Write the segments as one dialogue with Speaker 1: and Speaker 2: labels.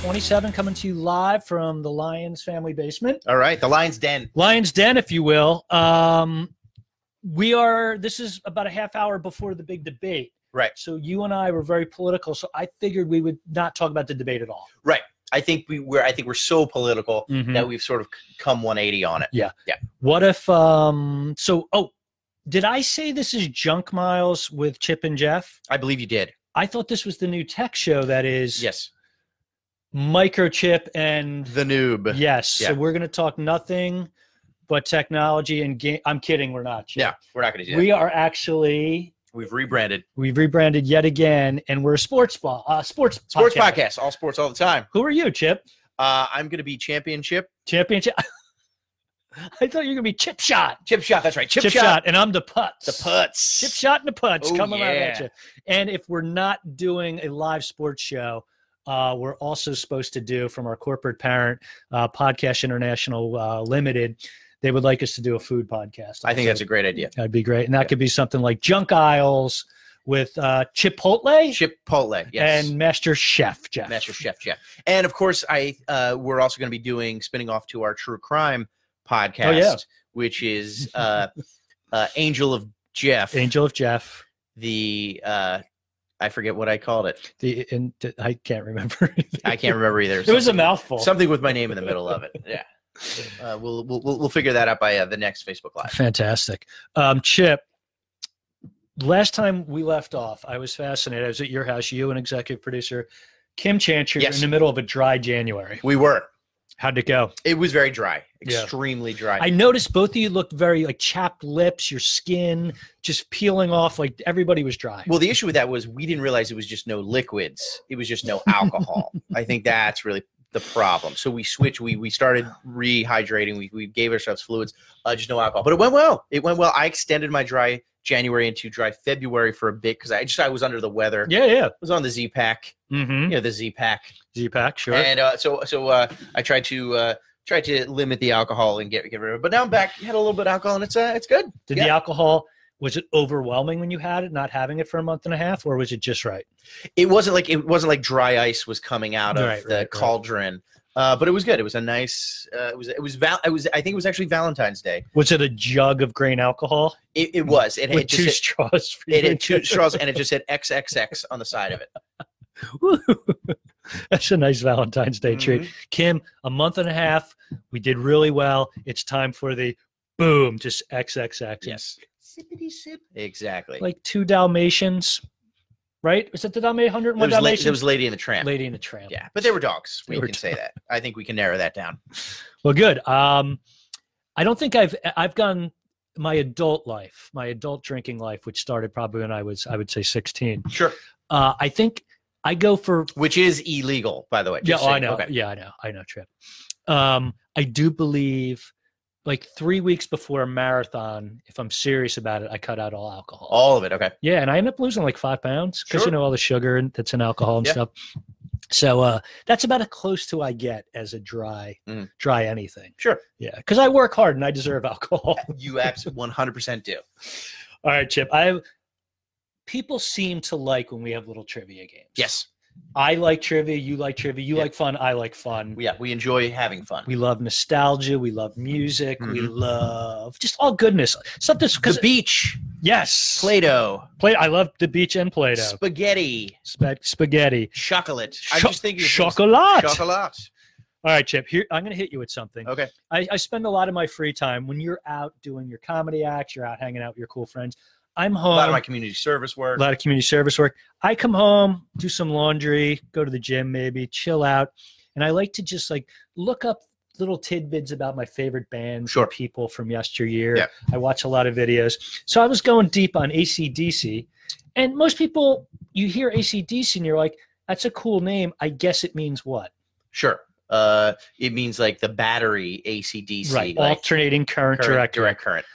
Speaker 1: 27 coming to you live from the Lions family basement,
Speaker 2: All right, the Lions Den.
Speaker 1: Lions Den, if you will. Um, we are, this is about a half hour before the big debate.
Speaker 2: Right.
Speaker 1: So you and I were very political. So I figured we would not talk about the debate at all.
Speaker 2: I think we we're I think we're so political that we've sort of c- come 180 on it.
Speaker 1: What if, um, so, oh, did I say this is Junk Miles with Chip and Jeff?
Speaker 2: I believe you did.
Speaker 1: I thought this was the new tech show that is
Speaker 2: Yes,
Speaker 1: microchip and
Speaker 2: the noob.
Speaker 1: yes. So
Speaker 2: Yeah.
Speaker 1: we're going to talk nothing but technology and game. I'm kidding. We're not. Chip.
Speaker 2: Yeah, we're not going to do that.
Speaker 1: We are actually
Speaker 2: We've rebranded
Speaker 1: we've rebranded yet again, and we're a sports ball, uh, sports
Speaker 2: sports podcast, all sports all the time.
Speaker 1: Who are you, Chip?
Speaker 2: Uh, I'm going to be championship
Speaker 1: Championship. I thought you were gonna be chip shot,
Speaker 2: chip shot. That's right, chip, shot.
Speaker 1: and I'm the putts.
Speaker 2: The putts.
Speaker 1: Chip shot and the putts
Speaker 2: Oh,
Speaker 1: coming right at
Speaker 2: yeah.
Speaker 1: you. And if we're not doing a live sports show, uh, we're also supposed to do from our corporate parent, uh, Podcast International uh, Limited. They would like us to do a food podcast.
Speaker 2: I
Speaker 1: also.
Speaker 2: think that's a great idea.
Speaker 1: that'd be great, and that
Speaker 2: Yeah.
Speaker 1: could be something like Junk Isles with uh, Chipotle
Speaker 2: Chipotle. Yes.
Speaker 1: and Master Chef Jeff.
Speaker 2: Master Chef Jeff. And of course, I uh, we're also going to be doing spinning off to our true crime podcast, which is uh, uh, Angel of Jeff.
Speaker 1: Angel of Jeff.
Speaker 2: The uh, I forget what I called it.
Speaker 1: The and th- I can't remember.
Speaker 2: I can't remember either.
Speaker 1: It was a mouthful.
Speaker 2: something with my name in the middle of it. Yeah. Uh, we'll, we'll we'll we'll figure that out by uh, the next Facebook Live.
Speaker 1: Fantastic, um, Chip. Last time we left off, I was fascinated. I was at your house. You and executive producer Kim Chancher
Speaker 2: Yes.
Speaker 1: in the middle of a dry January.
Speaker 2: We were.
Speaker 1: How'd it go?
Speaker 2: It was very dry,
Speaker 1: Yeah.
Speaker 2: extremely dry.
Speaker 1: I noticed both of you looked very like chapped lips, your skin just peeling off. Like everybody was dry.
Speaker 2: Well, the issue with that was we didn't realize it was just no liquids. It was just no alcohol. I think that's really the problem. So we switched. We we started rehydrating. We we gave ourselves fluids, uh, just no alcohol. But it went well. It went well. I extended my dry January into dry February for a bit because I just I was under the weather.
Speaker 1: yeah, yeah.
Speaker 2: I was on the Z pack.
Speaker 1: Mm-hmm.
Speaker 2: You know the Z pack.
Speaker 1: Z pack, sure.
Speaker 2: And uh, so so uh, I tried to. Uh, Tried to limit the alcohol and get get rid of it, but now I'm back. Had a little bit of alcohol and it's uh, it's good.
Speaker 1: Did the
Speaker 2: yeah.
Speaker 1: alcohol was it overwhelming when you had it? Not having it for a month and a half, or was it just right?
Speaker 2: it wasn't like it wasn't like dry ice was coming out of
Speaker 1: Right,
Speaker 2: the
Speaker 1: right, right.
Speaker 2: cauldron. Uh, but it was good. It was a nice. Uh, it was. It was. Val- it was. I think it was actually Valentine's Day.
Speaker 1: Was it a jug of grain alcohol?
Speaker 2: It, it was. It
Speaker 1: with
Speaker 2: had
Speaker 1: two
Speaker 2: just. Hit,
Speaker 1: straws. For
Speaker 2: it
Speaker 1: you
Speaker 2: had two
Speaker 1: to-
Speaker 2: straws, and it just said XXX on the side of it.
Speaker 1: That's a nice Valentine's Day
Speaker 2: Mm-hmm.
Speaker 1: treat. Kim, a month and a half. We did really well. It's time for the boom, just XXX.
Speaker 2: Yes. Sippity sip. Exactly.
Speaker 1: Like two Dalmatians, right? Was it the Dalmatian?
Speaker 2: it
Speaker 1: 101
Speaker 2: was, la- it
Speaker 1: Dalmatians?
Speaker 2: was Lady and the Tramp.
Speaker 1: Lady and the Tramp.
Speaker 2: Yeah, but they were dogs.
Speaker 1: They
Speaker 2: We
Speaker 1: were
Speaker 2: can say that. I think we can narrow that down.
Speaker 1: Well, good. Um, I don't think I've I've gone my adult life, my adult drinking life, which started probably when I was I would say sixteen.
Speaker 2: Sure.
Speaker 1: Uh, I think I go for
Speaker 2: Which is illegal, by the way.
Speaker 1: yeah,
Speaker 2: just
Speaker 1: oh, I
Speaker 2: saying.
Speaker 1: know.
Speaker 2: Okay.
Speaker 1: Yeah, I know. I know. Trip. Um, I do believe, like three weeks before a marathon, if I'm serious about it, I cut out all alcohol.
Speaker 2: All of it. Okay.
Speaker 1: Yeah, and I end up losing like five pounds because you
Speaker 2: Oh. Sure.
Speaker 1: know all the sugar and- that's in alcohol and
Speaker 2: Yeah.
Speaker 1: stuff. So uh, that's about as close to I get as a dry,
Speaker 2: Mm.
Speaker 1: dry anything.
Speaker 2: Sure.
Speaker 1: Yeah, because I work hard and I deserve alcohol.
Speaker 2: You absolutely 100 percent do.
Speaker 1: all right, Chip. I people seem to like when we have little trivia games.
Speaker 2: Yes.
Speaker 1: I like trivia. You like trivia. You
Speaker 2: Yeah.
Speaker 1: like fun. I like fun.
Speaker 2: Yeah. We enjoy having fun.
Speaker 1: We love nostalgia. We love music. We
Speaker 2: Mhm.
Speaker 1: love just all goodness. Something because
Speaker 2: the beach,
Speaker 1: yes, play,
Speaker 2: Play-Doh.
Speaker 1: play. I love the beach and Play-Doh.
Speaker 2: Spaghetti,
Speaker 1: Sp- spaghetti.
Speaker 2: chocolate.
Speaker 1: Cho-
Speaker 2: I'm just thinking of things-
Speaker 1: chocolate.
Speaker 2: Chocolate.
Speaker 1: All right, Chip. Here I'm going to hit you with something.
Speaker 2: Okay.
Speaker 1: I, I spend a lot of my free time when you're out doing your comedy acts, you're out hanging out with your cool friends. I'm
Speaker 2: A
Speaker 1: home.
Speaker 2: lot of my community service work.
Speaker 1: a lot of community service work. I come home, do some laundry, go to the gym, maybe chill out, and I like to just like look up little tidbits about my favorite bands,
Speaker 2: Sure.
Speaker 1: and people from yesteryear.
Speaker 2: Yeah.
Speaker 1: I watch a lot of videos, so I was going deep on ACDC, and most people you hear ACDC and you're like, "That's a cool name. I guess it means what?"
Speaker 2: Sure. Uh, it means like the battery ACDC.
Speaker 1: right,
Speaker 2: Like
Speaker 1: alternating current,
Speaker 2: current,
Speaker 1: direct.
Speaker 2: direct current.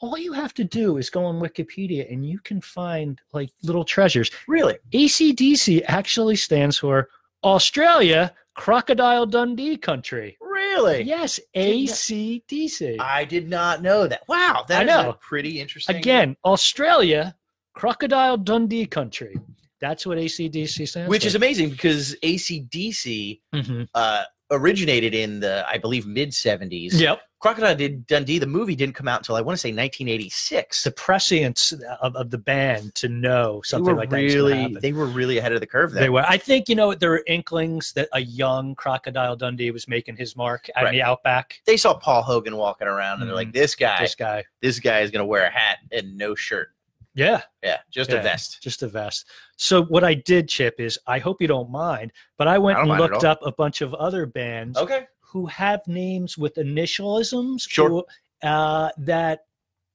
Speaker 1: All you have to do is go on Wikipedia and you can find like little treasures.
Speaker 2: Really?
Speaker 1: E ACDC actually stands for Australia Crocodile Dundee Country.
Speaker 2: Really?
Speaker 1: Yes, E
Speaker 2: Didn't know-
Speaker 1: ACDC.
Speaker 2: I did not know that. Wow.
Speaker 1: I
Speaker 2: That is
Speaker 1: know.
Speaker 2: a pretty interesting.
Speaker 1: Again, Australia Crocodile Dundee Country. That's what E ACDC stands
Speaker 2: which is amazing because ACDC
Speaker 1: hmm
Speaker 2: uh, originated in the, I believe, mid 70s.
Speaker 1: Yep.
Speaker 2: Crocodile did, Dundee, the movie, didn't come out until I want to say 1986.
Speaker 1: The prescience of, of the band to know
Speaker 2: they
Speaker 1: something
Speaker 2: were
Speaker 1: like that was gonna
Speaker 2: really,
Speaker 1: happen.
Speaker 2: they were really ahead of the curve
Speaker 1: They
Speaker 2: there.
Speaker 1: were. I think you know there were inklings that a young Crocodile Dundee was making his mark out in
Speaker 2: Right.
Speaker 1: the outback.
Speaker 2: They saw Paul Hogan walking around and they're
Speaker 1: Mm-hmm.
Speaker 2: like, this guy,
Speaker 1: This
Speaker 2: this,
Speaker 1: guy,
Speaker 2: guy is going to wear a hat and no shirt.
Speaker 1: yeah,
Speaker 2: Yeah, just
Speaker 1: Yeah.
Speaker 2: a vest.
Speaker 1: just a vest. So what I did, Chip, is I hope you don't mind, but I went
Speaker 2: I don't
Speaker 1: and
Speaker 2: mind at
Speaker 1: looked
Speaker 2: all.
Speaker 1: up a bunch of other bands
Speaker 2: Okay.
Speaker 1: who have names with initialisms.
Speaker 2: Sure.
Speaker 1: or, uh, that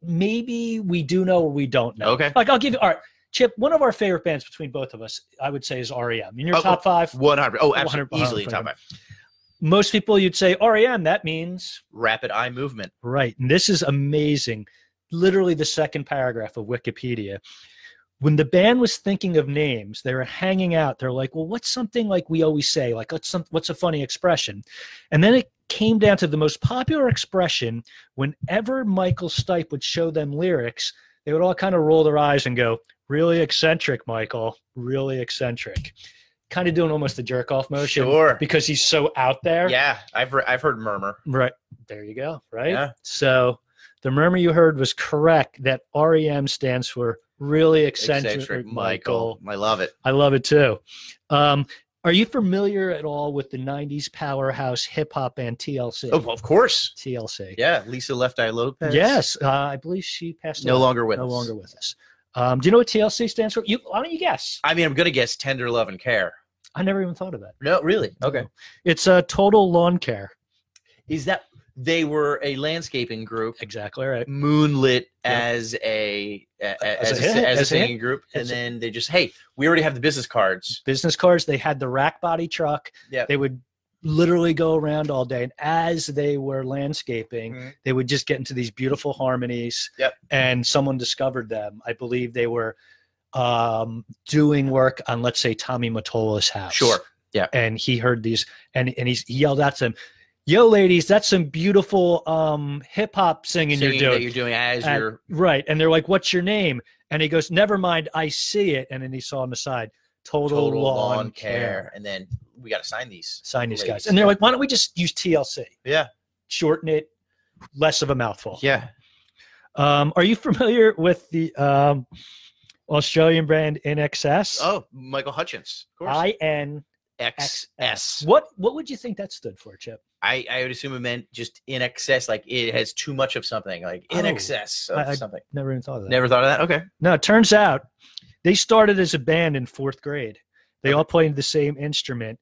Speaker 1: maybe we do know or we don't know.
Speaker 2: Okay.
Speaker 1: Like I'll give you all right, Chip. One of our favorite bands between both of us, I would say, is REM. In your
Speaker 2: Oh,
Speaker 1: top five,
Speaker 2: 100. Oh,
Speaker 1: 100
Speaker 2: absolutely. Easily top
Speaker 1: 100.
Speaker 2: five.
Speaker 1: most people you'd say REM. That means
Speaker 2: Rapid eye movement.
Speaker 1: Right. And this is amazing. Literally the second paragraph of Wikipedia. When the band was thinking of names, they were hanging out. They're like, well, what's something like we always say? Like, what's, some, what's a funny expression? And then it came down to the most popular expression. Whenever Michael Stipe would show them lyrics, they would all kind of roll their eyes and go, really eccentric, Michael, really eccentric. Kind of doing almost the jerk off motion
Speaker 2: Sure.
Speaker 1: because he's so out there.
Speaker 2: Yeah, I've, re- I've heard murmur.
Speaker 1: Right. There you go. Right.
Speaker 2: Yeah.
Speaker 1: So the murmur you heard was correct. That REM stands for really eccentric, Michael.
Speaker 2: I love it.
Speaker 1: I love it too. Um, are you familiar at all with the 90s powerhouse hip hop and TLC?
Speaker 2: Oh, of course.
Speaker 1: TLC.
Speaker 2: Yeah, Lisa Left Eye Lopez.
Speaker 1: Yes. Uh, I believe she passed
Speaker 2: No
Speaker 1: away.
Speaker 2: longer with
Speaker 1: no
Speaker 2: us.
Speaker 1: longer with us. Um, do you know what TLC stands for? You, why don't you guess?
Speaker 2: I mean, I'm going to guess tender love and care.
Speaker 1: I never even thought of that.
Speaker 2: No, really? Okay.
Speaker 1: It's a uh, total lawn care.
Speaker 2: Is that they were a landscaping group
Speaker 1: Exactly right.
Speaker 2: Mm. moonlit
Speaker 1: Yeah.
Speaker 2: as a a-
Speaker 1: As
Speaker 2: as,
Speaker 1: a
Speaker 2: a,
Speaker 1: hit,
Speaker 2: as a
Speaker 1: as a hit.
Speaker 2: singing group and
Speaker 1: As a-
Speaker 2: then they just hey, we already have the business cards.
Speaker 1: business cards. They had the rack body truck.
Speaker 2: Yeah.
Speaker 1: They would literally go around all day. And as they were landscaping,
Speaker 2: Mhm.
Speaker 1: they would just get into these beautiful harmonies.
Speaker 2: Yep.
Speaker 1: And someone discovered them. I believe they were um, doing work on, let's say, Tommy Mottola's house.
Speaker 2: Sure.
Speaker 1: And he heard these and, and he's, he yelled out to them, Yo, ladies, that's some beautiful um, hip hop singing,
Speaker 2: Singing
Speaker 1: you're
Speaker 2: that
Speaker 1: doing.
Speaker 2: you're doing as
Speaker 1: Uh,
Speaker 2: your
Speaker 1: Right. And they're like, What's your name? And he goes, Never mind, I see it. And then he saw on the side, Total,
Speaker 2: total,
Speaker 1: lawn,
Speaker 2: lawn,
Speaker 1: care
Speaker 2: care. and then we got to sign these.
Speaker 1: sign these guys.
Speaker 2: Ladies.
Speaker 1: And they're like, why don't we just use TLC?
Speaker 2: Yeah.
Speaker 1: Shorten it, less of a mouthful.
Speaker 2: Yeah.
Speaker 1: Um, are you familiar with the um, Australian brand NXS?
Speaker 2: Oh, Michael Hutchins. Of course.
Speaker 1: I N X S.
Speaker 2: XS.
Speaker 1: What what would you think that stood for, Chip?
Speaker 2: I, I would assume it meant just in excess, like it has too much of something, like in
Speaker 1: Oh,
Speaker 2: excess of
Speaker 1: I- I-
Speaker 2: something.
Speaker 1: Never even thought of that.
Speaker 2: Never thought of that. Okay.
Speaker 1: No, it turns out they started as a band in fourth grade. They
Speaker 2: Okay.
Speaker 1: all played the same instrument,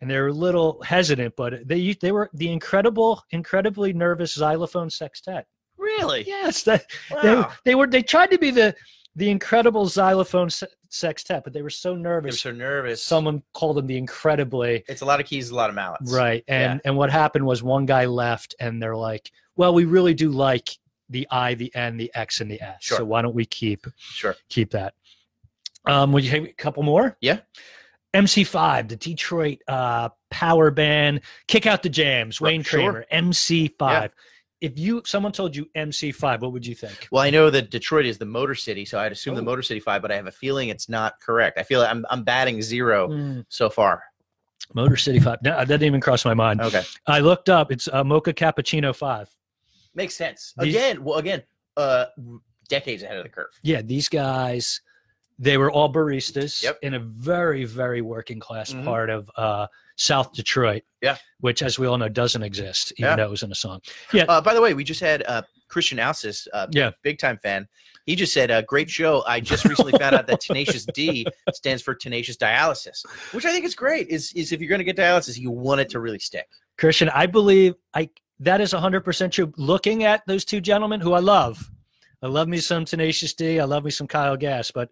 Speaker 1: and they were a little hesitant, but they they were the incredible, incredibly nervous xylophone sextet.
Speaker 2: Really?
Speaker 1: Yes, that, they,
Speaker 2: Wow.
Speaker 1: they were they tried to be the the incredible xylophone se- sextet but they were so
Speaker 2: They were
Speaker 1: nervous
Speaker 2: so nervous.
Speaker 1: someone called them the incredibly
Speaker 2: It's a lot of keys, a lot of mallets.
Speaker 1: right and and what happened was one guy left and they're like well we really do like the i the n the x and the s so
Speaker 2: Sure.
Speaker 1: why don't we keep
Speaker 2: Sure.
Speaker 1: keep that um would you have a couple more
Speaker 2: Yeah.
Speaker 1: mc5 the detroit uh power band kick out the jams
Speaker 2: Right,
Speaker 1: wayne
Speaker 2: sure.
Speaker 1: kramer mc5
Speaker 2: Yeah.
Speaker 1: if you someone told you mc5 what would you think
Speaker 2: Well, I know that Detroit is the Motor City, so I'd assume the
Speaker 1: Ooh.
Speaker 2: Motor City Five, but I have a feeling it's not correct. I feel I'm I'm batting zero
Speaker 1: Hmm.
Speaker 2: so far.
Speaker 1: Motor City Five. No, that didn't even cross my mind.
Speaker 2: Okay,
Speaker 1: I looked up. It's uh, Mocha Cappuccino Five.
Speaker 2: makes sense.
Speaker 1: These-
Speaker 2: Again, well, again, uh, decades ahead of the curve.
Speaker 1: Yeah, these guys, they were all baristas
Speaker 2: Yep.
Speaker 1: in a very, very working class
Speaker 2: Mhm.
Speaker 1: part of uh, South Detroit.
Speaker 2: Yeah.
Speaker 1: Which, as we all know, doesn't exist, even
Speaker 2: Yeah.
Speaker 1: though it was in a song.
Speaker 2: Uh, by the way, we just had uh, Christian Alsis, uh,
Speaker 1: Yeah.
Speaker 2: big time fan. He just said, uh, "Great show." I just recently found out that Tenacious D stands for Tenacious Dialysis, which I think is great. Is is if you're going to get dialysis, you want it to really stick.
Speaker 1: Christian, I believe I that is 100% true. Looking at those two gentlemen who I love, I love me some Tenacious D, I love me some Kyle Gass, but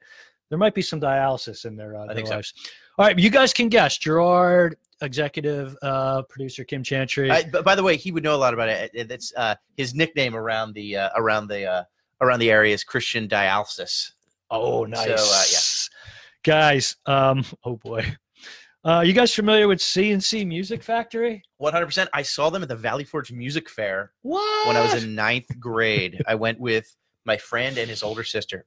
Speaker 1: there might be some dialysis in their, uh, their
Speaker 2: think so.
Speaker 1: lives. All right, you guys can guess. Gerard, executive uh, producer Kim Chantry.
Speaker 2: I, but by the way, he would know a lot about it. It- It's uh, his nickname around the uh, around the uh, around the area is Christian Dialysis.
Speaker 1: oh,
Speaker 2: So, uh, yeah.
Speaker 1: nice. Guys, um, oh boy. Uh, you guys familiar with CNC Music Factory?
Speaker 2: One hundred percent. I saw them at the Valley Forge Music Fair
Speaker 1: What?
Speaker 2: when I was in ninth grade. I went with my friend and his older sister.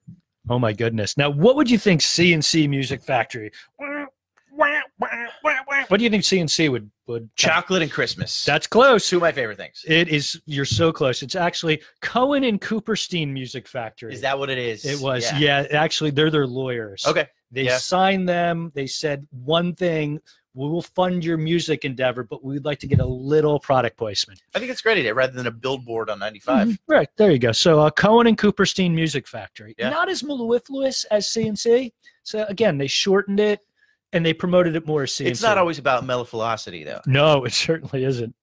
Speaker 1: Oh my goodness. Now, what would you think CNC Music Factory? What do you think CNC would would
Speaker 2: Chocolate and Christmas.
Speaker 1: That's close.
Speaker 2: two of my favorite things.
Speaker 1: It is. You're so close. It's actually Cohen and Cooperstein Music Factory.
Speaker 2: Is that what it is?
Speaker 1: It was. Yeah. actually, they're their lawyers.
Speaker 2: Okay.
Speaker 1: They
Speaker 2: yeah.
Speaker 1: signed them. They said one thing: we will fund your music endeavor, but we'd like to get a little product placement.
Speaker 2: I think it's a great idea rather than a billboard on 95.
Speaker 1: Mhm. Right there, you go. So uh, Cohen and Cooperstein Music Factory,
Speaker 2: Yeah.
Speaker 1: not as mellifluous as CNC. So again, they shortened it and they promoted it more as CNC.
Speaker 2: It's not always about mellifluosity, though.
Speaker 1: No, it certainly isn't.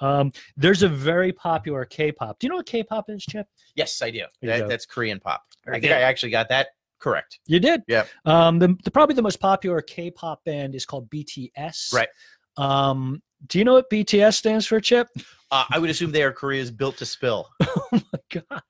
Speaker 1: Um, there's a very popular K-pop. Do you know what K-pop is, Chip?
Speaker 2: Yes, I do.
Speaker 1: There you
Speaker 2: That-
Speaker 1: go.
Speaker 2: that's Korean pop. I
Speaker 1: Very
Speaker 2: think I actually got that correct.
Speaker 1: You did.
Speaker 2: Yeah.
Speaker 1: Um, the, the probably the most popular K-pop band is called BTS.
Speaker 2: Right.
Speaker 1: Um, do you know what BTS stands for, Chip?
Speaker 2: Uh, I would assume they are Korea's built to spill.
Speaker 1: God,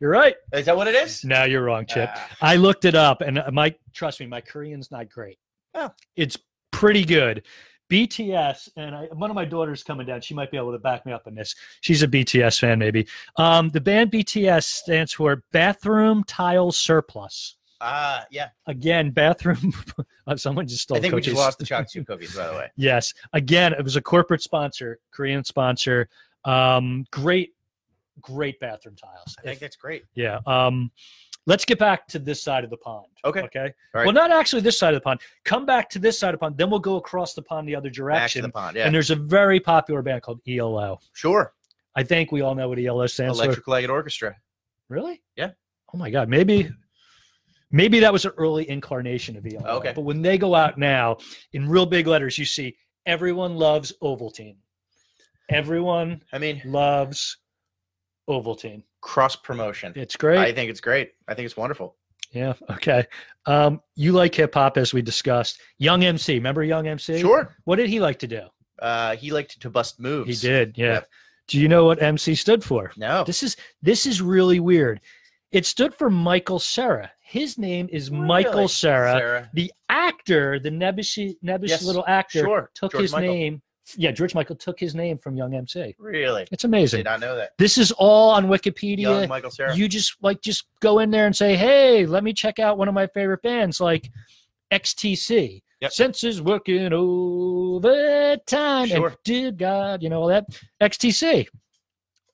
Speaker 1: you're right.
Speaker 2: Is that what it is?
Speaker 1: No, you're wrong, Chip.
Speaker 2: Ah,
Speaker 1: I looked it up, and uh, my trust me, my Korean's not great.
Speaker 2: Oh.
Speaker 1: It's pretty good. BTS and I, one of my daughters coming down. She might be able to back me up on this. She's a BTS fan, maybe. Um, the band BTS stands for Bathroom Tile Surplus.
Speaker 2: ah, yeah.
Speaker 1: Again, bathroom. uh, Someone just stole.
Speaker 2: I think we just
Speaker 1: cookies.
Speaker 2: lost the Chaksu cookies, by the way.
Speaker 1: Yes. Again, it was a corporate sponsor, Korean sponsor. Um, great, great bathroom tiles.
Speaker 2: I think that's great.
Speaker 1: Yeah. Um, let's get back to this side of the pond.
Speaker 2: Okay.
Speaker 1: Okay.
Speaker 2: All right.
Speaker 1: Well, not actually this side of the pond. Come back to this side of the pond. Then we'll go across the pond the other
Speaker 2: Back to
Speaker 1: direction.
Speaker 2: the pond. Yeah.
Speaker 1: And there's a very popular band called ELO.
Speaker 2: Sure.
Speaker 1: I think we all know what ELO stands for.
Speaker 2: Electric Light Orchestra.
Speaker 1: Really?
Speaker 2: Yeah.
Speaker 1: Oh my God. Maybe. Maybe that was an early incarnation of ELO.
Speaker 2: Okay.
Speaker 1: But when they go out now, in real big letters, you see everyone loves Ovaltine. Everyone
Speaker 2: I mean,
Speaker 1: loves Ovaltine.
Speaker 2: cross promotion.
Speaker 1: It's great.
Speaker 2: I think it's great. I think it's wonderful.
Speaker 1: Yeah. Okay. Um, you like hip hop as we discussed. Young MC, remember Young MC?
Speaker 2: Sure.
Speaker 1: What did he like to do?
Speaker 2: Uh, he liked to bust moves.
Speaker 1: He did. Yeah.
Speaker 2: Yep.
Speaker 1: Do you know what MC stood for?
Speaker 2: No.
Speaker 1: This is this is really weird. It stood for Michael Sarah. His name is
Speaker 2: Really?
Speaker 1: Michael Sarah.
Speaker 2: Sarah.
Speaker 1: The actor, the nebbish nebbish
Speaker 2: Yes.
Speaker 1: little actor,
Speaker 2: Sure.
Speaker 1: took
Speaker 2: George
Speaker 1: his
Speaker 2: Michael.
Speaker 1: name. Yeah, George Michael took his name from Young MC.
Speaker 2: Really?
Speaker 1: It's amazing.
Speaker 2: Did not know that.
Speaker 1: This is all on Wikipedia.
Speaker 2: Young Michael Sarah.
Speaker 1: you just like just go in there and say hey let me check out one of my favorite bands like xtc
Speaker 2: Yep.
Speaker 1: senses working overtime
Speaker 2: Sure.
Speaker 1: and dear god you know all that xtc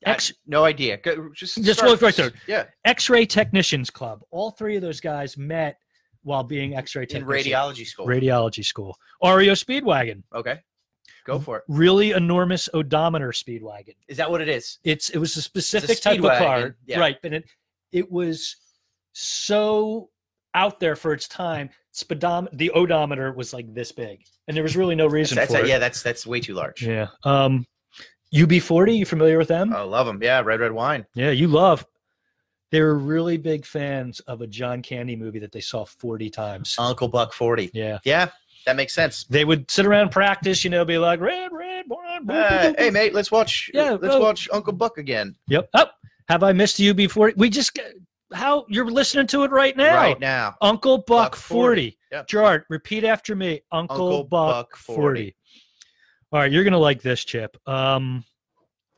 Speaker 2: I-
Speaker 1: X,
Speaker 2: no idea. Go, just
Speaker 1: Just
Speaker 2: start-
Speaker 1: look right there.
Speaker 2: Yeah.
Speaker 1: x-ray technicians club all three of those guys met while being x-ray
Speaker 2: In
Speaker 1: technicians
Speaker 2: radiology school.
Speaker 1: radiology school REO Speedwagon,
Speaker 2: okay. Go for it.
Speaker 1: really enormous odometer Speedwagon.
Speaker 2: Is that what it is?
Speaker 1: It's it was a specific type of
Speaker 2: Speedwagon,
Speaker 1: car,
Speaker 2: yeah.
Speaker 1: right? But it it was so out there for its time. Speedom- the odometer was like this big, and there was really no reason
Speaker 2: That's-
Speaker 1: for
Speaker 2: that's-
Speaker 1: it.
Speaker 2: yeah, that's that's way too large.
Speaker 1: Yeah. Um, UB40, you familiar with them?
Speaker 2: I love them. Yeah, red red wine.
Speaker 1: Yeah, you love. They were really big fans of a John Candy movie that they saw 40 times.
Speaker 2: Uncle Buck forty.
Speaker 1: yeah.
Speaker 2: Yeah, that makes sense.
Speaker 1: They would sit around and practice, you know, be like, red, red, wine. boom, boom,
Speaker 2: Uh,
Speaker 1: boom,
Speaker 2: hey
Speaker 1: boom."
Speaker 2: mate, let's watch.
Speaker 1: Yeah,
Speaker 2: let's
Speaker 1: well-
Speaker 2: watch Uncle Buck again
Speaker 1: Yep. Oh, have I missed you before? We just, how, you're listening to it right now.
Speaker 2: right now.
Speaker 1: Uncle Buck,
Speaker 2: Buck
Speaker 1: 40.
Speaker 2: 40. Yep.
Speaker 1: Gerard, repeat after me. Uncle,
Speaker 2: Uncle
Speaker 1: Buck,
Speaker 2: Buck
Speaker 1: 40. All right, you're going to like this, Chip. Um,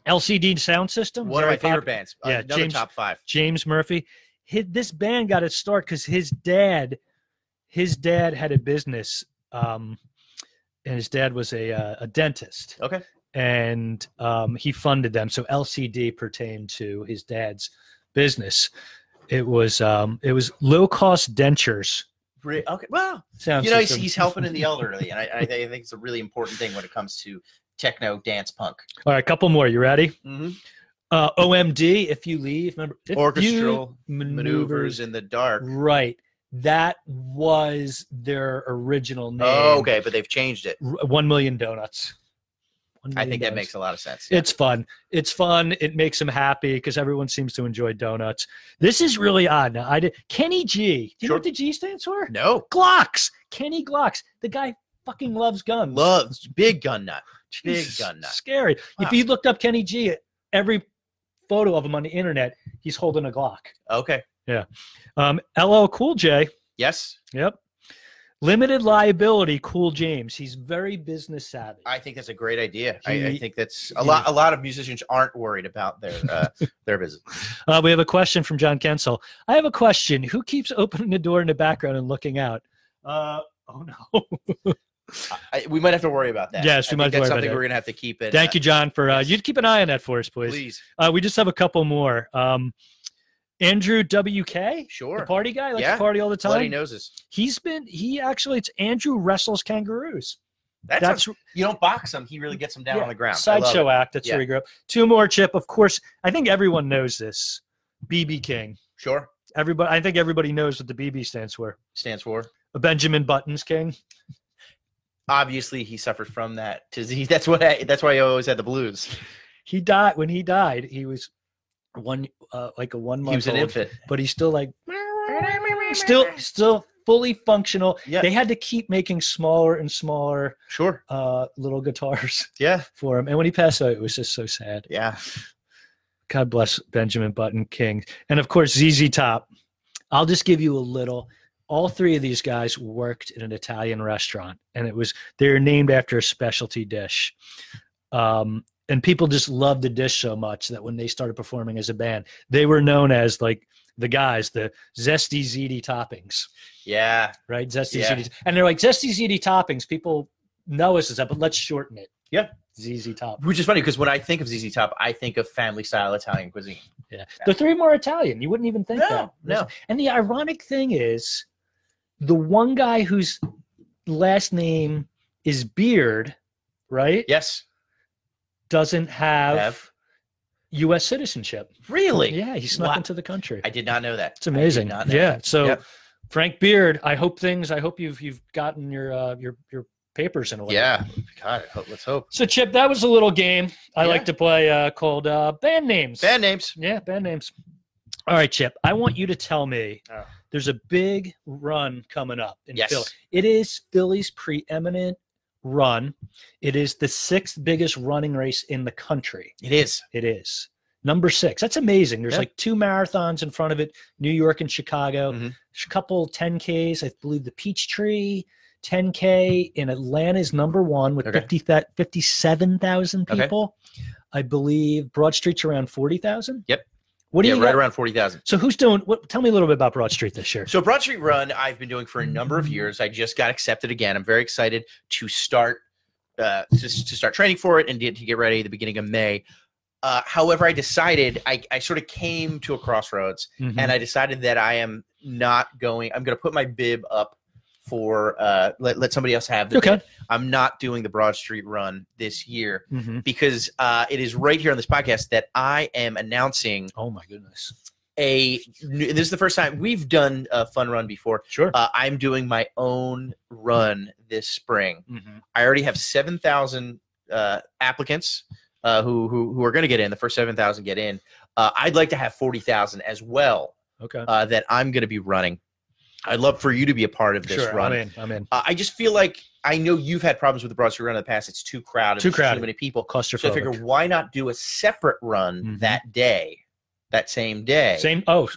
Speaker 1: LCD Sound System.
Speaker 2: One of my
Speaker 1: very
Speaker 2: favorite
Speaker 1: pop-
Speaker 2: bands.
Speaker 1: Yeah,
Speaker 2: Another
Speaker 1: James-
Speaker 2: top five.
Speaker 1: James Murphy. His, this band got its start because his dad, his dad had a business, um, and his dad was a, uh, a dentist.
Speaker 2: Okay.
Speaker 1: And um, he funded them. So LCD pertained to his dad's business. It was um, it was low cost dentures.
Speaker 2: Re- Okay. Well,
Speaker 1: Sound
Speaker 2: you know he's,
Speaker 1: system.
Speaker 2: he's helping in the elderly, and I, I think it's a really important thing when it comes to techno dance punk.
Speaker 1: All right, a couple more. You ready?
Speaker 2: Mm-hmm.
Speaker 1: Uh, OMD, if you leave, remember if you
Speaker 2: Orchestral maneuvers
Speaker 1: maneuvers.
Speaker 2: in the dark.
Speaker 1: Right. That was their original name.
Speaker 2: Oh, okay, but they've changed it.
Speaker 1: R- One million donuts. One
Speaker 2: I
Speaker 1: Million
Speaker 2: think that
Speaker 1: Donuts.
Speaker 2: makes a lot of sense.
Speaker 1: It's fun. It's fun. It makes them happy because everyone seems to enjoy donuts. This is really odd. Now, I did Kenny G. Do you know
Speaker 2: Sure.
Speaker 1: what the G stands for?
Speaker 2: No,
Speaker 1: Glocks. Kenny Glocks. The guy fucking loves guns.
Speaker 2: loves big gun nut. Big
Speaker 1: Jesus,
Speaker 2: gun nut.
Speaker 1: Scary.
Speaker 2: Wow.
Speaker 1: If you looked up Kenny G, every photo of him on the internet, he's holding a Glock.
Speaker 2: Okay.
Speaker 1: Um, LL Cool J.
Speaker 2: Yes.
Speaker 1: Yep. Limited liability, cool James. He's very business savvy.
Speaker 2: I think that's a great idea. I, I
Speaker 1: He-
Speaker 2: think that's a lot. A lot of musicians aren't worried about their uh, their business.
Speaker 1: Uh, we have a question from John Kensel. I have a question. Who keeps opening the door in the background and looking out? Uh, oh no.
Speaker 2: I, we might have to worry about that.
Speaker 1: Yes, we
Speaker 2: I
Speaker 1: might have
Speaker 2: think
Speaker 1: to
Speaker 2: that's
Speaker 1: worry about
Speaker 2: something
Speaker 1: that.
Speaker 2: we're gonna have to keep it.
Speaker 1: Thank you, John, for uh,
Speaker 2: yes.
Speaker 1: you'd keep an eye on that for us, please.
Speaker 2: please.
Speaker 1: Uh, we just have a couple more. Um, Andrew WK, the
Speaker 2: Sure.
Speaker 1: party guy, likes
Speaker 2: Yeah.
Speaker 1: to party all the
Speaker 2: Bloody
Speaker 1: time.
Speaker 2: noses.
Speaker 1: He's been he actually it's Andrew wrestles kangaroos.
Speaker 2: That's,
Speaker 1: That's
Speaker 2: you don't box him. He really gets him down
Speaker 1: Yeah,
Speaker 2: on the ground. I love
Speaker 1: sideshow
Speaker 2: it.
Speaker 1: act. That's
Speaker 2: Yeah.
Speaker 1: where he grew up. Two more, Chip. Of course, I think everyone knows this. BB King.
Speaker 2: Sure.
Speaker 1: Everybody, I think everybody knows what the BB stands for.
Speaker 2: Stands for.
Speaker 1: A Benjamin Buttons King.
Speaker 2: Obviously, he suffered from that disease. That's what. I, that's why he always had the blues.
Speaker 1: He died when he died. He was one uh, like a one month
Speaker 2: He was an
Speaker 1: old,
Speaker 2: infant.
Speaker 1: but he's still like still still fully functional.
Speaker 2: Yeah.
Speaker 1: They had to keep making smaller and smaller
Speaker 2: Sure.
Speaker 1: uh, little guitars
Speaker 2: Yeah.
Speaker 1: for him. And when he passed away, it was just so sad.
Speaker 2: Yeah.
Speaker 1: God bless Benjamin Button King. And of course, ZZ Top. I'll just give you a little. All three of these guys worked in an Italian restaurant, and it was they're named after a specialty dish. Um, and people just loved the dish so much that when they started performing as a band, they were known as like the guys, the zesty ZD toppings,
Speaker 2: Yeah.
Speaker 1: right? Zesty
Speaker 2: Yeah.
Speaker 1: ZD. And they're like, zesty ZD toppings, people know us as that, but let's shorten it.
Speaker 2: Yeah.
Speaker 1: ZZ Top.
Speaker 2: Which is funny because when I think of ZZ Top, I think of family style Italian cuisine.
Speaker 1: Yeah. The three more Italian. You wouldn't even think that.
Speaker 2: no.
Speaker 1: And the ironic thing is the one guy whose last name is Beard, right?
Speaker 2: Yes.
Speaker 1: Doesn't have,
Speaker 2: Have.
Speaker 1: US citizenship.
Speaker 2: Really?
Speaker 1: Yeah, he snuck
Speaker 2: Wow.
Speaker 1: into the country.
Speaker 2: I did not know that.
Speaker 1: it's amazing.
Speaker 2: not know
Speaker 1: Yeah. So
Speaker 2: Yep.
Speaker 1: Frank Beard, I hope things I hope you've you've gotten your uh, your your papers in a way.
Speaker 2: Yeah. God, I hope- let's hope.
Speaker 1: So Chip, that was a little game I
Speaker 2: Yeah.
Speaker 1: like to play uh, called uh, band names.
Speaker 2: Band names.
Speaker 1: Yeah, band names. All right, Chip. I want you to tell me
Speaker 2: Oh.
Speaker 1: there's a big run coming up in
Speaker 2: Yes.
Speaker 1: Philly. It is Philly's preeminent run. It is the sixth biggest running race in the country.
Speaker 2: It is.
Speaker 1: It is number six. That's amazing. There's
Speaker 2: Yeah.
Speaker 1: like two marathons in front of it: New York and Chicago.
Speaker 2: Mhm.
Speaker 1: A couple 10ks. I believe the Peachtree 10k in Atlanta is number one with
Speaker 2: Okay.
Speaker 1: 50 57,000
Speaker 2: Okay.
Speaker 1: people. I believe Broad Street's around 40,000.
Speaker 2: Yep.
Speaker 1: What do
Speaker 2: yeah,
Speaker 1: you
Speaker 2: right
Speaker 1: got-
Speaker 2: around 40,000.
Speaker 1: so who's doing what tell me a little bit about Broad Street this year.
Speaker 2: So Broad Street Run, I've been doing for a number of years. I just got accepted again. I'm very excited to start uh, to, to start training for it and to to get ready at the beginning of May. Uh, however, I decided I, I sort of came to a crossroads,
Speaker 1: Mm-hmm.
Speaker 2: and I decided that I am not going. I'm going to put my bib up for uh, let let somebody else have the.
Speaker 1: okay.
Speaker 2: bib. I'm not doing the Broad Street Run this year
Speaker 1: Mhm.
Speaker 2: because uh, it is right here on this podcast that I am announcing
Speaker 1: Oh my goodness.
Speaker 2: a. new- This is the first time we've done a fun run before.
Speaker 1: Sure.
Speaker 2: Uh, I'm doing my own run this spring.
Speaker 1: Mhm.
Speaker 2: I already have seven thousand uh, applicants uh, who, who who are going to get in. The first seven thousand get in. Uh, I'd like to have forty thousand as well
Speaker 1: Okay.
Speaker 2: uh, that I'm going to be running. I'd love for you to be a part of this
Speaker 1: sure.
Speaker 2: run.
Speaker 1: I'm in. I'm in.
Speaker 2: Uh, I just feel like I know you've had problems with the Broad Street Run in the past. It's too crowded.
Speaker 1: Too
Speaker 2: there's
Speaker 1: crowded.
Speaker 2: Too many people. So I
Speaker 1: Claustrophobic.
Speaker 2: figure, why not do a separate run
Speaker 1: Mhm.
Speaker 2: that day, that same day?
Speaker 1: Same oh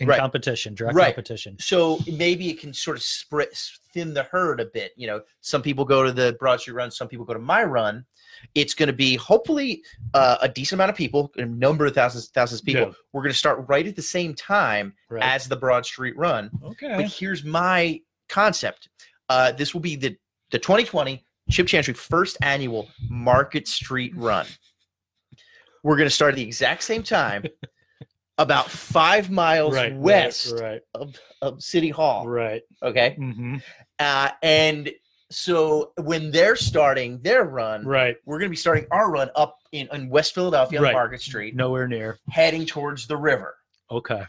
Speaker 1: in
Speaker 2: Right.
Speaker 1: competition, direct
Speaker 2: Right.
Speaker 1: competition.
Speaker 2: so maybe it can sort of spread thin the herd a bit you know some people go to the broad street run some people go to my run it's going to be hopefully uh, a decent amount of people a number of thousands thousands of people
Speaker 1: Yeah.
Speaker 2: we're going to start right at the same time
Speaker 1: Right.
Speaker 2: as the broad street run but
Speaker 1: okay.
Speaker 2: here's my concept uh, this will be the the 2020 chip chantry first annual market street run we're going to start at the exact same time about five miles
Speaker 1: Right, right,
Speaker 2: west
Speaker 1: Right.
Speaker 2: of city hall
Speaker 1: Right.
Speaker 2: okay
Speaker 1: hmm
Speaker 2: uh, and so when they're starting their run
Speaker 1: Right.
Speaker 2: we're going to be starting our run up in, in west philadelphia
Speaker 1: Right.
Speaker 2: on market street
Speaker 1: Nowhere near.
Speaker 2: heading towards the river
Speaker 1: Okay.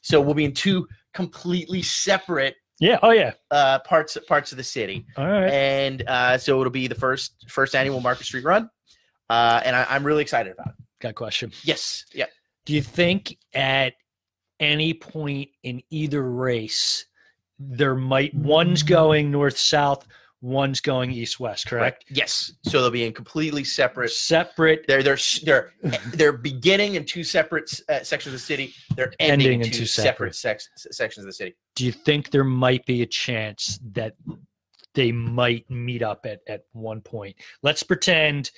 Speaker 2: so we'll be in two completely separate
Speaker 1: Yeah. Oh yeah.
Speaker 2: uh, parts parts of the city
Speaker 1: All right.
Speaker 2: and uh, so it'll be the first first annual market street run uh, and I, i'm really excited about it
Speaker 1: Got a question.
Speaker 2: yes yeah
Speaker 1: Do you think at any point in either race there might one's going north south, one's going east west, correct?
Speaker 2: yes so they'll be in completely separate
Speaker 1: Separate
Speaker 2: They're they're s- they're they're beginning in two separate uh, sections of the city. They're ending, in two, separate, sex, sections of the city.
Speaker 1: do you think there might be a chance that they might meet up at at one point. Let's pretend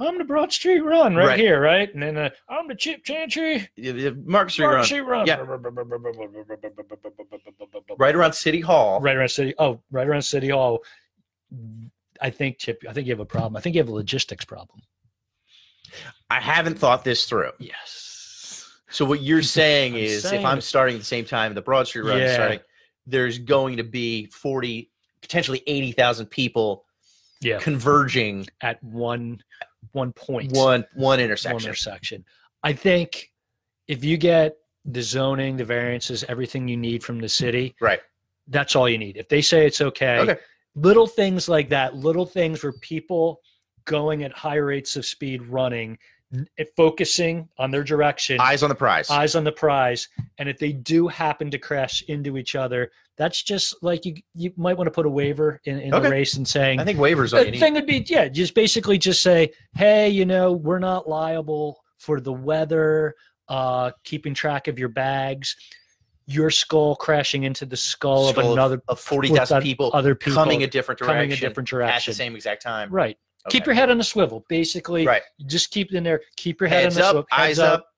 Speaker 1: I'm the Broad Street Run right,
Speaker 2: Right.
Speaker 1: here, right? And then uh, I'm the Chip Chantry
Speaker 2: Yeah, Mark Street
Speaker 1: Broad
Speaker 2: Run,
Speaker 1: Street Run.
Speaker 2: Yeah. right around City Hall.
Speaker 1: Right around City. Oh, right around City Hall. I think Chip. I think you have a problem. I think you have a logistics problem.
Speaker 2: I haven't thought this through.
Speaker 1: Yes.
Speaker 2: So what you're saying
Speaker 1: I'm
Speaker 2: is,
Speaker 1: saying
Speaker 2: if I'm
Speaker 1: it's-
Speaker 2: starting at the same time the Broad Street Run is
Speaker 1: Yeah.
Speaker 2: starting, there's going to be forty, potentially eighty thousand people
Speaker 1: Yeah.
Speaker 2: converging
Speaker 1: At one one point.
Speaker 2: one one
Speaker 1: one
Speaker 2: intersection.
Speaker 1: intersection. I think if you get the zoning, the variances, everything you need from the city,
Speaker 2: Right.
Speaker 1: That's all you need. If they say it's okay,
Speaker 2: Okay.
Speaker 1: little things like that, little things where people going at high rates of speed running, n- focusing on their direction,
Speaker 2: Eyes on the prize.
Speaker 1: eyes on the prize, and if they do happen to crash into each other, that's just like you you might want to put a waiver in, in
Speaker 2: Okay.
Speaker 1: the race and saying
Speaker 2: I think waivers on
Speaker 1: the
Speaker 2: any.
Speaker 1: thing would be, yeah, just basically just say, hey, you know, we're not liable for the weather, uh, keeping track of your bags, your skull crashing into the skull,
Speaker 2: Skull
Speaker 1: of
Speaker 2: of-
Speaker 1: another
Speaker 2: of forty thousand
Speaker 1: without
Speaker 2: people,
Speaker 1: other people
Speaker 2: coming a different direction,
Speaker 1: coming a different
Speaker 2: at
Speaker 1: direction.
Speaker 2: the same exact time.
Speaker 1: Right. Keep
Speaker 2: Okay.
Speaker 1: your head on a swivel. Basically,
Speaker 2: Right.
Speaker 1: just keep it in there. Keep your head
Speaker 2: heads
Speaker 1: on a
Speaker 2: up,
Speaker 1: swivel.
Speaker 2: eyes up,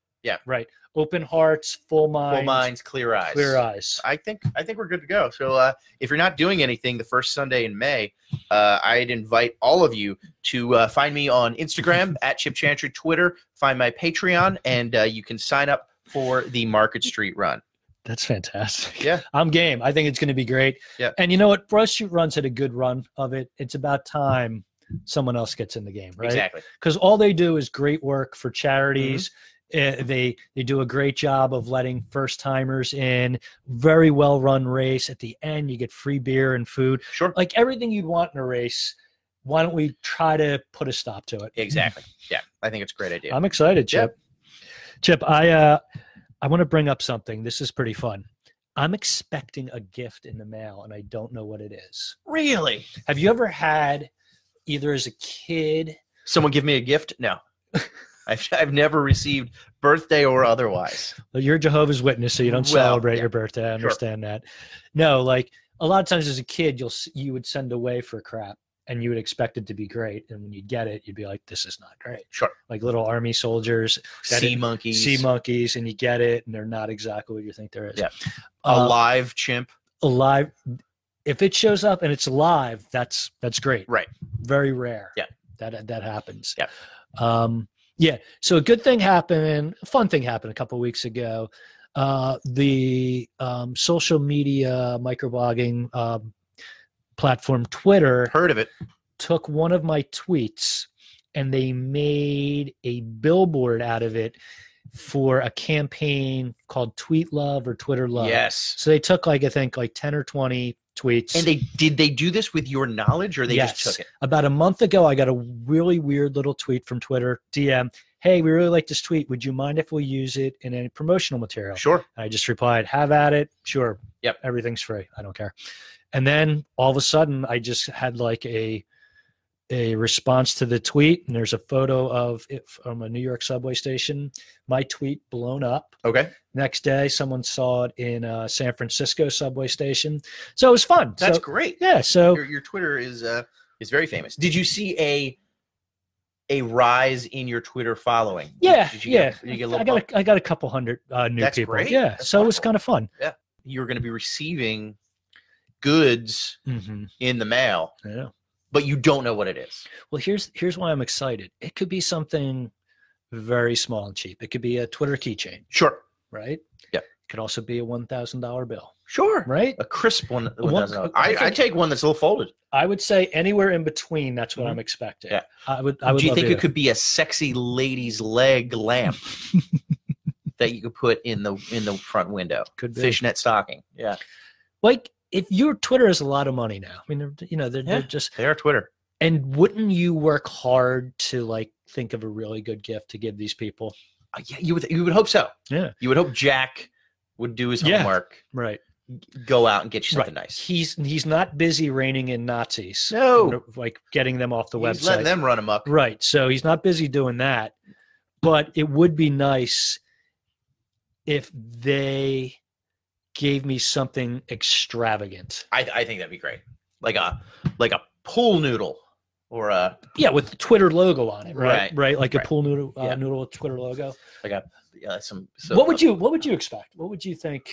Speaker 1: Right. Open hearts, full minds,
Speaker 2: full minds, clear eyes.
Speaker 1: clear eyes.
Speaker 2: I think I think we're good to go. So uh, if you're not doing anything the first Sunday in May, uh, I'd invite all of you to uh, find me on Instagram at Chip Chantry, Twitter, find my Patreon, and uh, you can sign up for the Market Street Run.
Speaker 1: That's fantastic.
Speaker 2: Yeah.
Speaker 1: I'm game. I think it's going to be great.
Speaker 2: Yeah.
Speaker 1: And you know what? Brush Shoot Run's had a good run of it. It's about time someone else gets in the game, right?
Speaker 2: Exactly. Mm-hmm.
Speaker 1: because all they do is great work for charities. Uh, they they do a great job of letting first timers in. Very well run race. At the end, you get free beer and food,
Speaker 2: Sure.
Speaker 1: like everything you'd want in a race. Why don't we try to put a stop to it?
Speaker 2: Exactly. Yeah, I think it's a great idea.
Speaker 1: I'm excited,
Speaker 2: Yeah.
Speaker 1: Chip. Chip, I uh, I want to bring up something. This is pretty fun. I'm expecting a gift in the mail, and I don't know what it is.
Speaker 2: really?
Speaker 1: Have you ever had, either as a kid
Speaker 2: Someone give me a gift? No. I've, I've never received birthday or otherwise.
Speaker 1: Well, you're a Jehovah's Witness, so you don't
Speaker 2: Well,
Speaker 1: celebrate
Speaker 2: yeah.
Speaker 1: your birthday. I
Speaker 2: Sure.
Speaker 1: understand that. No, like a lot of times as a kid, you'll s- you would send away for crap, and you would expect it to be great, and when you get it, you'd be like, "This is not great."
Speaker 2: Sure.
Speaker 1: Like little army soldiers, That
Speaker 2: sea
Speaker 1: is-
Speaker 2: monkeys,
Speaker 1: sea monkeys, and you get it, and they're not exactly what you think there is.
Speaker 2: Yeah.
Speaker 1: Uh,
Speaker 2: a live chimp.
Speaker 1: alive. If it shows up and it's alive, that's that's great.
Speaker 2: Right.
Speaker 1: Very rare.
Speaker 2: Yeah.
Speaker 1: That that happens.
Speaker 2: Yeah.
Speaker 1: Um, yeah. So a good thing happened, a fun thing happened a couple weeks ago. Uh, the um, social media microblogging um, platform Twitter
Speaker 2: Heard of it?
Speaker 1: took one of my tweets and they made a billboard out of it for a campaign called Tweet Love or Twitter Love.
Speaker 2: Yes.
Speaker 1: So they took like I think like ten or twenty tweets.
Speaker 2: And they did they do this with your knowledge, or they
Speaker 1: Yes.
Speaker 2: just took it?
Speaker 1: about a month ago, I got a really weird little tweet from Twitter DM. Hey, we really like this tweet. Would you mind if we use it in any promotional material?
Speaker 2: Sure.
Speaker 1: And I just replied, "Have at it. Sure.
Speaker 2: Yep.
Speaker 1: Everything's free. I don't care." And then all of a sudden, I just had like a a response to the tweet, and there's a photo of it from a New York subway station. My tweet blown up.
Speaker 2: Okay.
Speaker 1: Next day, someone saw it in uh, San Francisco subway station. So it was fun.
Speaker 2: That's
Speaker 1: so,
Speaker 2: great.
Speaker 1: yeah. So
Speaker 2: Your, your Twitter is uh, is very famous. Did you see a a rise in your Twitter following? Did-
Speaker 1: yeah,
Speaker 2: Did you
Speaker 1: yeah.
Speaker 2: Get, did you get a
Speaker 1: I
Speaker 2: little bump?
Speaker 1: got a, I got a couple hundred uh, new
Speaker 2: That's
Speaker 1: people.
Speaker 2: great.
Speaker 1: Yeah.
Speaker 2: That's
Speaker 1: so it was
Speaker 2: wonderful.
Speaker 1: kind of fun.
Speaker 2: you were going to be receiving goods
Speaker 1: Mm-hmm.
Speaker 2: in the mail,
Speaker 1: Yeah.
Speaker 2: but you don't know what it is.
Speaker 1: Well, here's here's why I'm excited. It could be something very small and cheap. It could be a Twitter keychain,
Speaker 2: Sure.
Speaker 1: right?
Speaker 2: Yeah.
Speaker 1: It could also be a one thousand dollar bill,
Speaker 2: Sure.
Speaker 1: right?
Speaker 2: A crisp one.
Speaker 1: One-
Speaker 2: $1,000.
Speaker 1: I
Speaker 2: I, I
Speaker 1: think-
Speaker 2: take one that's a little folded.
Speaker 1: I would say anywhere in between. That's what
Speaker 2: Mhm.
Speaker 1: I'm expecting.
Speaker 2: Yeah.
Speaker 1: I would. I would.
Speaker 2: Do you
Speaker 1: love
Speaker 2: think
Speaker 1: to
Speaker 2: it could be a sexy lady's leg lamp that you could put in the in the front window?
Speaker 1: could be.
Speaker 2: Fishnet stocking. Yeah.
Speaker 1: Like if your Twitter is a lot of money now. I mean, they're, you know, they're, they're
Speaker 2: Yeah.
Speaker 1: just
Speaker 2: They are Twitter.
Speaker 1: And wouldn't you work hard to like think of a really good gift to give these people?
Speaker 2: Uh, yeah, you would you would hope so.
Speaker 1: Yeah.
Speaker 2: You would hope Jack would do his
Speaker 1: Yeah.
Speaker 2: homework,
Speaker 1: Right.
Speaker 2: go out and get you something nice.
Speaker 1: He's he's not busy reigning in Nazis.
Speaker 2: No.
Speaker 1: and, Like getting them off the
Speaker 2: He's
Speaker 1: website.
Speaker 2: letting them run amok.
Speaker 1: right. So he's not busy doing that. But it would be nice if they gave me something extravagant.
Speaker 2: I, I think that'd be great. like a like a pool noodle or a
Speaker 1: Yeah, with the Twitter logo on it, right?
Speaker 2: Right.
Speaker 1: Right, like
Speaker 2: Right.
Speaker 1: a pool noodle, uh,
Speaker 2: Yeah.
Speaker 1: noodle with Twitter logo.
Speaker 2: uh, some, some.
Speaker 1: what would you What would you expect? What would you think?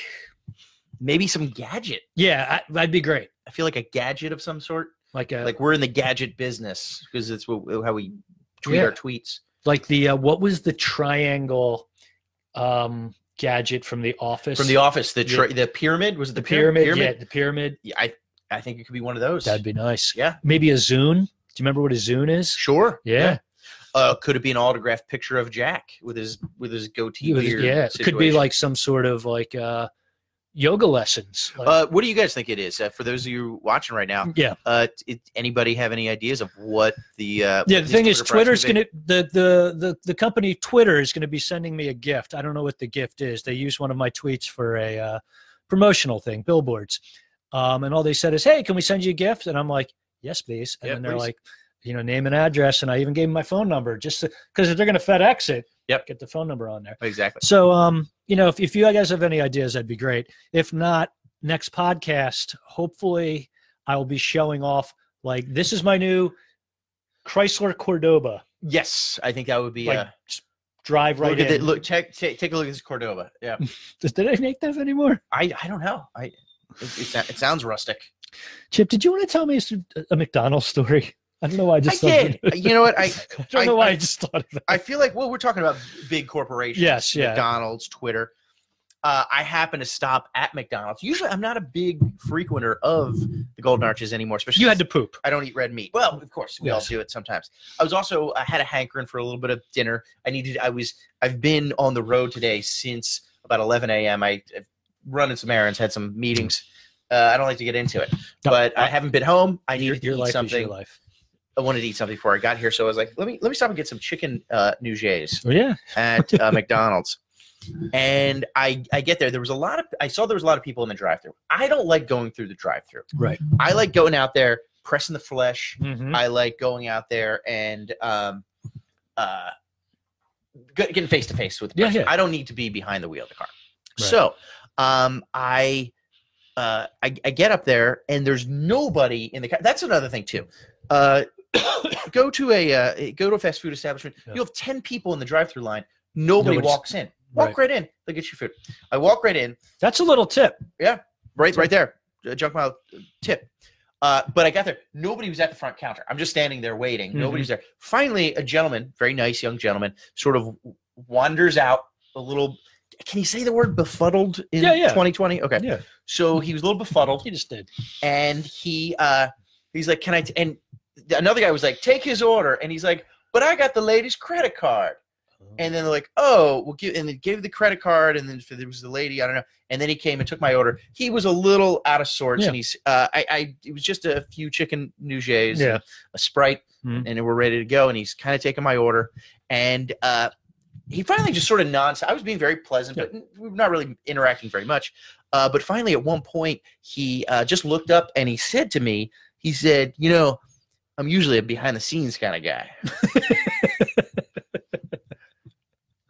Speaker 2: Maybe some gadget.
Speaker 1: Yeah, I, that'd be great.
Speaker 2: I feel like a gadget of some sort.
Speaker 1: Like uh, a like,
Speaker 2: Like we're in the gadget business because it's what, how we tweet
Speaker 1: Yeah.
Speaker 2: our tweets.
Speaker 1: the uh, what was the triangle um gadget from The Office?
Speaker 2: From the office, the
Speaker 1: Yeah.
Speaker 2: tra- the pyramid was it
Speaker 1: the
Speaker 2: the
Speaker 1: pyramid,
Speaker 2: pyra-
Speaker 1: Yeah, the pyramid.
Speaker 2: Yeah, I I think it could be one of those.
Speaker 1: That'd be nice.
Speaker 2: yeah,
Speaker 1: Maybe a Zune. Do you remember what a Zune is?
Speaker 2: sure.
Speaker 1: Yeah,
Speaker 2: Uh, could it be an autographed picture of Jack with his with his goatee
Speaker 1: It was-
Speaker 2: beard?
Speaker 1: yeah. It could be
Speaker 2: situation?
Speaker 1: like some sort of like uh yoga lessons. Like,
Speaker 2: Uh, what do you guys think it is? Uh, for those of you watching right now,
Speaker 1: yeah.
Speaker 2: uh, it, anybody have any ideas of what the uh,
Speaker 1: Yeah,
Speaker 2: what
Speaker 1: the
Speaker 2: his
Speaker 1: thing is,
Speaker 2: Twitter price
Speaker 1: Twitter's
Speaker 2: would
Speaker 1: going
Speaker 2: be?
Speaker 1: to the, the the the company Twitter is going to be sending me a gift. I don't know what the gift is. They used one of my tweets for a uh, promotional thing, billboards, um, and all they said is, "Hey, can we send you a gift?" And I'm like, "Yes, please." And
Speaker 2: Yeah,
Speaker 1: then they're
Speaker 2: please.
Speaker 1: like, "You know, name and address," and I even gave them my phone number just because if they're going to FedEx it,
Speaker 2: Yep.
Speaker 1: get the phone number on there.
Speaker 2: exactly.
Speaker 1: So, um, you know, if, if you guys have any ideas, that'd be great. If not, next podcast, hopefully, I will be showing off like this is my new Chrysler Cordoba.
Speaker 2: Yes, I think that would be.
Speaker 1: Like,
Speaker 2: uh,
Speaker 1: Drive right
Speaker 2: look at
Speaker 1: in.
Speaker 2: the, look. Check, take take a look at this Cordoba. Yeah,
Speaker 1: Does- Did I make that anymore?
Speaker 2: I I don't know. I it, it, sou- it sounds rustic.
Speaker 1: Chip, did you want to tell me a, a McDonald's story? I don't know why I just
Speaker 2: I
Speaker 1: thought
Speaker 2: did. you know what? I
Speaker 1: I don't
Speaker 2: I-
Speaker 1: know why I,
Speaker 2: I-
Speaker 1: just thought of that.
Speaker 2: I feel like well, we're talking about big corporations.
Speaker 1: Yes, yeah.
Speaker 2: McDonald's, Twitter. Uh, I happen to stop at McDonald's. Usually, I'm not a big frequenter of the Golden Arches anymore. Especially
Speaker 1: You
Speaker 2: since
Speaker 1: had to poop.
Speaker 2: I don't eat red meat. Well, of course, we all
Speaker 1: Yes.
Speaker 2: do it sometimes. I was also I had a hankering for a little bit of dinner. I needed. I was. I've been on the road today since about 11 a.m. I, I've run in some errands, had some meetings. Uh, I don't like to get into it,
Speaker 1: No,
Speaker 2: but I
Speaker 1: no.
Speaker 2: haven't been home. I
Speaker 1: Your,
Speaker 2: needed to
Speaker 1: your
Speaker 2: eat
Speaker 1: life is
Speaker 2: something.
Speaker 1: your life.
Speaker 2: I wanted to eat something before I got here, so I was like, let me let me stop and get some chicken uh, nougats
Speaker 1: Oh, yeah.
Speaker 2: at uh, McDonald's. And I, I get there. There was a lot of I saw there was a lot of people in the drive-through. I don't like going through the drive-through.
Speaker 1: Right.
Speaker 2: I like going out there, pressing the flesh.
Speaker 1: Mhm.
Speaker 2: I like going out there and um, uh, get- getting face to face with. The
Speaker 1: Yeah,
Speaker 2: person.
Speaker 1: yeah.
Speaker 2: I don't need to be behind the wheel of the car.
Speaker 1: Right.
Speaker 2: So, um, I, uh, I I get up there and there's nobody in the car. That's another thing too. Uh, go to a uh, go to a fast food establishment.
Speaker 1: Yeah.
Speaker 2: You have ten people in the drive-through line. Nobody
Speaker 1: Nobody's-
Speaker 2: walks in. Walk right. in. They get your food. I walk right in.
Speaker 1: That's a little tip.
Speaker 2: Right, right there. Uh, Junk mile uh, tip. Uh, but I got there. Nobody was at the front counter. I'm just standing there waiting.
Speaker 1: Mhm.
Speaker 2: Nobody's there. Finally, a gentleman, very nice young gentleman, sort of wanders out a little. Can you say the word befuddled in
Speaker 1: Yeah, yeah.
Speaker 2: 2020? Okay.
Speaker 1: Yeah.
Speaker 2: So he was a little befuddled
Speaker 1: You just did.
Speaker 2: and he uh he's like can I?" t-" and th- another guy was like take his order and he's like but i got the lady's credit card and then they're like oh we'll give and they gave the credit card and then if there was the lady i don't know and then he came and took my order he was a little out of sorts
Speaker 1: Yeah.
Speaker 2: and he's uh i i it was just a few chicken nougats
Speaker 1: yeah.
Speaker 2: a sprite
Speaker 1: Mhm.
Speaker 2: and we're ready to go and he's kind of taking my order and uh he finally just sort of non i was being very pleasant but n- we we're not really interacting very much uh, but finally at one point he uh, just looked up and he said to me he said you know i'm usually a behind the scenes kind of guy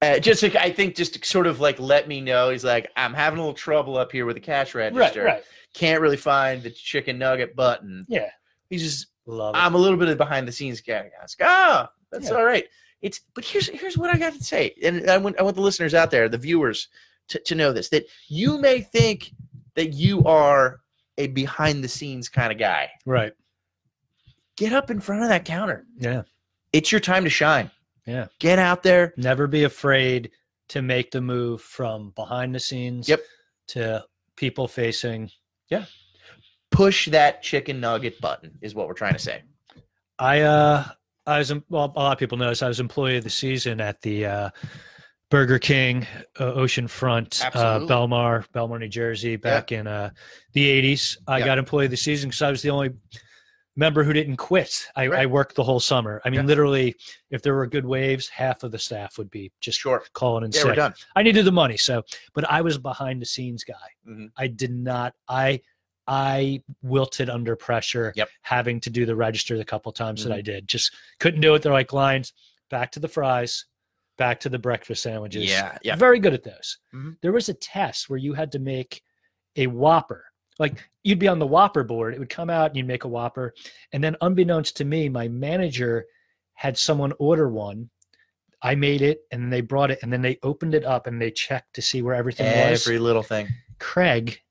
Speaker 2: Uh, just to, I think just to sort of like let me know he's like I'm having a little trouble up here with the cash
Speaker 1: Right,
Speaker 2: register.
Speaker 1: right.
Speaker 2: Can't really find the chicken nugget button.
Speaker 1: Yeah.
Speaker 2: He's just
Speaker 1: Love it.
Speaker 2: I'm a little bit of behind the scenes guy. I was like, ah, that's
Speaker 1: Yeah.
Speaker 2: all right. It's but here's here's what I got to say, and I want I want the listeners out there, the viewers, to, to know this that you may think that you are a behind the scenes kind of guy.
Speaker 1: right.
Speaker 2: Get up in front of that counter.
Speaker 1: Yeah.
Speaker 2: It's your time to shine.
Speaker 1: Yeah.
Speaker 2: Get out there.
Speaker 1: Never be afraid to make the move from behind the scenes
Speaker 2: Yep.
Speaker 1: to people facing
Speaker 2: Push that chicken nugget button is what we're trying to say.
Speaker 1: I uh I was em- well, a lot of people know this. I was employee of the season at the uh, Burger King uh, Oceanfront uh,
Speaker 2: Absolutely.
Speaker 1: Belmar, Belmar, New Jersey, back in uh, the '80s. I
Speaker 2: Yeah.
Speaker 1: got employee of the season because I was the only member who didn't quit. I, I
Speaker 2: Right.
Speaker 1: worked the whole summer. I mean,
Speaker 2: Yeah.
Speaker 1: literally, if there were good waves, half of the staff would be just
Speaker 2: Sure.
Speaker 1: calling and
Speaker 2: Yeah, we're
Speaker 1: sick.
Speaker 2: done.
Speaker 1: I needed the money, so but I was a behind the scenes guy.
Speaker 2: Mhm.
Speaker 1: I did not. I I wilted under pressure,
Speaker 2: Yep.
Speaker 1: having to do the register the couple times that I did. Just couldn't do it. They're like lines back to the fries, back to the breakfast sandwiches.
Speaker 2: Yeah, yeah.
Speaker 1: very good at those.
Speaker 2: Mhm.
Speaker 1: There was a test where you had to make a Whopper Like you'd be on the Whopper board, it would come out and you'd make a Whopper. And then, unbeknownst to me, my manager had someone order one. I made it and they brought it and then they opened it up and they checked to see where everything was.
Speaker 2: Every little thing.
Speaker 1: Craig